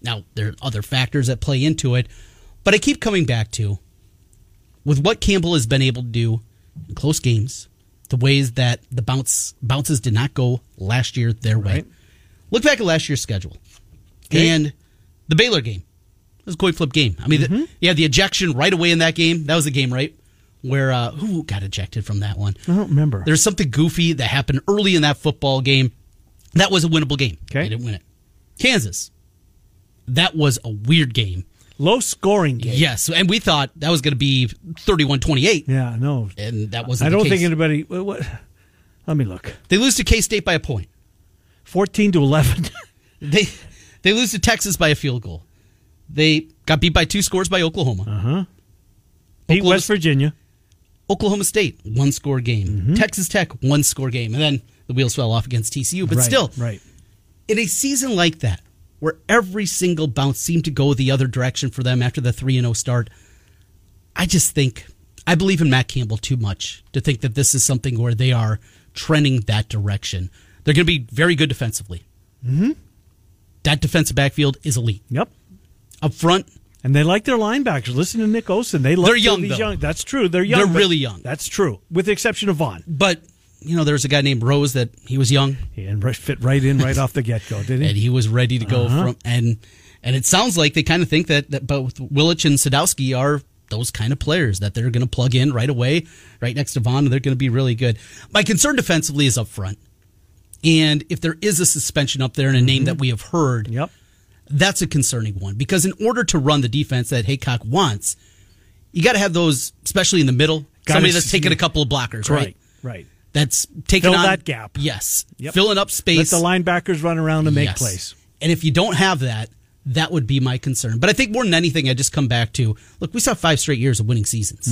C: Now there are other factors that play into it, but I keep coming back to with what Campbell has been able to do in close games, the ways that the bounce bounces did not go last year their
B: Right.
C: way. Look back at last year's schedule and the Baylor game. It was a coin flip game. I mean,
B: Mm-hmm.
C: the, you had the ejection right away in that game. That was the game, right? Where uh, who got ejected from that one?
B: I don't remember.
C: There's something goofy that happened early in that football game. That was a winnable game.
B: Okay.
C: They didn't win it. Kansas. That was a weird game.
B: Low scoring game.
C: Yes, and we thought that was going to be 31-28,
B: Yeah. No.
C: and that wasn't.
B: I
C: the
B: don't
C: case.
B: think anybody. What, what? Let me look.
C: they lose to K State by a point.
B: Fourteen to eleven.
C: They they lose to Texas by a field goal. They got beat by two scores by Oklahoma.
B: Uh-huh. Beat
C: Oklahoma
B: West Virginia.
C: Oklahoma State, one score game.
B: Mm-hmm.
C: Texas Tech, one score game. And then the wheels fell off against TCU. But
B: right,
C: still,
B: Right.
C: in a season like that, where every single bounce seemed to go the other direction for them after the 3 0 start, I just think, I believe in Matt Campbell too much to think that this is something where they are trending that direction. They're going to be very good defensively. Mm-hmm. That defensive backfield is elite.
B: Yep.
C: Up front,
B: And they like their linebackers. Listen to Nick Olsen. They love
C: They're young,
B: these
C: though.
B: young. That's true. They're young.
C: They're
B: but-
C: really young.
B: That's true, with the exception of Vaughn.
C: but, you know, there was a guy named Rose that he was young.
B: And right, fit right in right off the get go, didn't
C: and
B: he?
C: he was ready to go
B: Uh-huh.
C: from and and it sounds like they kind of think that, that both Willich and Sadowski are those kind of players that they're going to plug in right away, right next to Vaughn, and they're going to be really good. My concern defensively is up front, and if there is a suspension up there and a name that we have heard,
B: Mm-hmm. Yep.
C: that's a concerning one because in order to run the defense that Haycock wants, you got to have those, especially in the middle,
B: Gotta
C: somebody that's
B: s-
C: taking a couple of blockers, right?
B: Right. Right.
C: That's taking
B: Fill
C: on
B: that gap.
C: Yes,
B: Yep.
C: filling up
B: Let
C: space.
B: the linebackers run around and make
C: Yes.
B: plays.
C: And if you don't have that, that would be my concern. But I think more than
B: Mm-hmm.
C: anything, I just come back to look, we saw five straight years of winning seasons.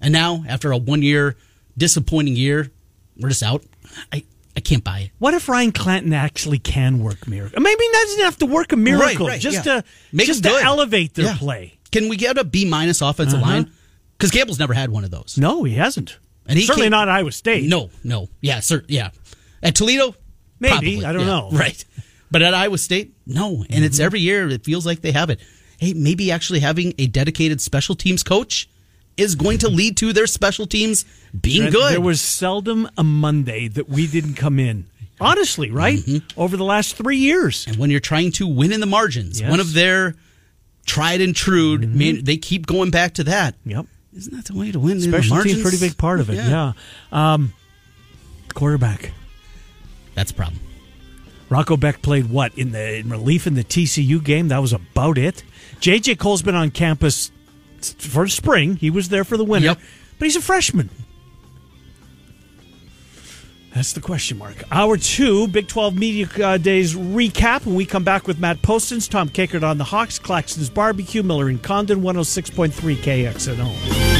C: And now, after a one year disappointing year, we're just out. I, I can't buy it.
B: What if Ryan Clanton actually can work miracle? Maybe he doesn't have to work a miracle
C: right,
B: just
C: yeah.
B: to
C: Make
B: just
C: it
B: to
C: good.
B: elevate their
C: Yeah.
B: play. Uh-huh.
C: Can we get a B minus offensive line? Because Gable's never had one of those.
B: No, he hasn't.
C: And he
B: certainly
C: can't-
B: not Iowa State.
C: No, no. Yeah, sir. Yeah. At Toledo,
B: Maybe.
C: probably.
B: I don't
C: Yeah,
B: know.
C: Right. But at Iowa State, no. And it's every year it feels like they have it. Hey, maybe actually having a dedicated special teams coach is going to lead to their special teams being
B: And
C: good.
B: There was seldom a Monday that we didn't come in. Honestly, right?
C: Mm-hmm.
B: Over the last three years.
C: and when you're trying to win in the margins,
B: Yes. Mm-hmm.
C: one of their tried and true, man, they keep going back to that.
B: Yep.
C: Isn't that the way to win in the
B: Special
C: margins?
B: team, pretty big part of it. Yeah. Um, quarterback.
C: That's a problem.
B: Rocco Beck played what in the in relief in the TCU game. That was about it. JJ Cole's been on campus s- for spring. He was there for the winter,
C: Yep.
B: but he's a freshman. That's the question mark. Hour two, Big 12 Media uh, Days recap. When we come back with Matt oh Postons, Tom Kakert on the Hawks, Claxton's Barbecue, Miller and Condon, 106.3 KXNO.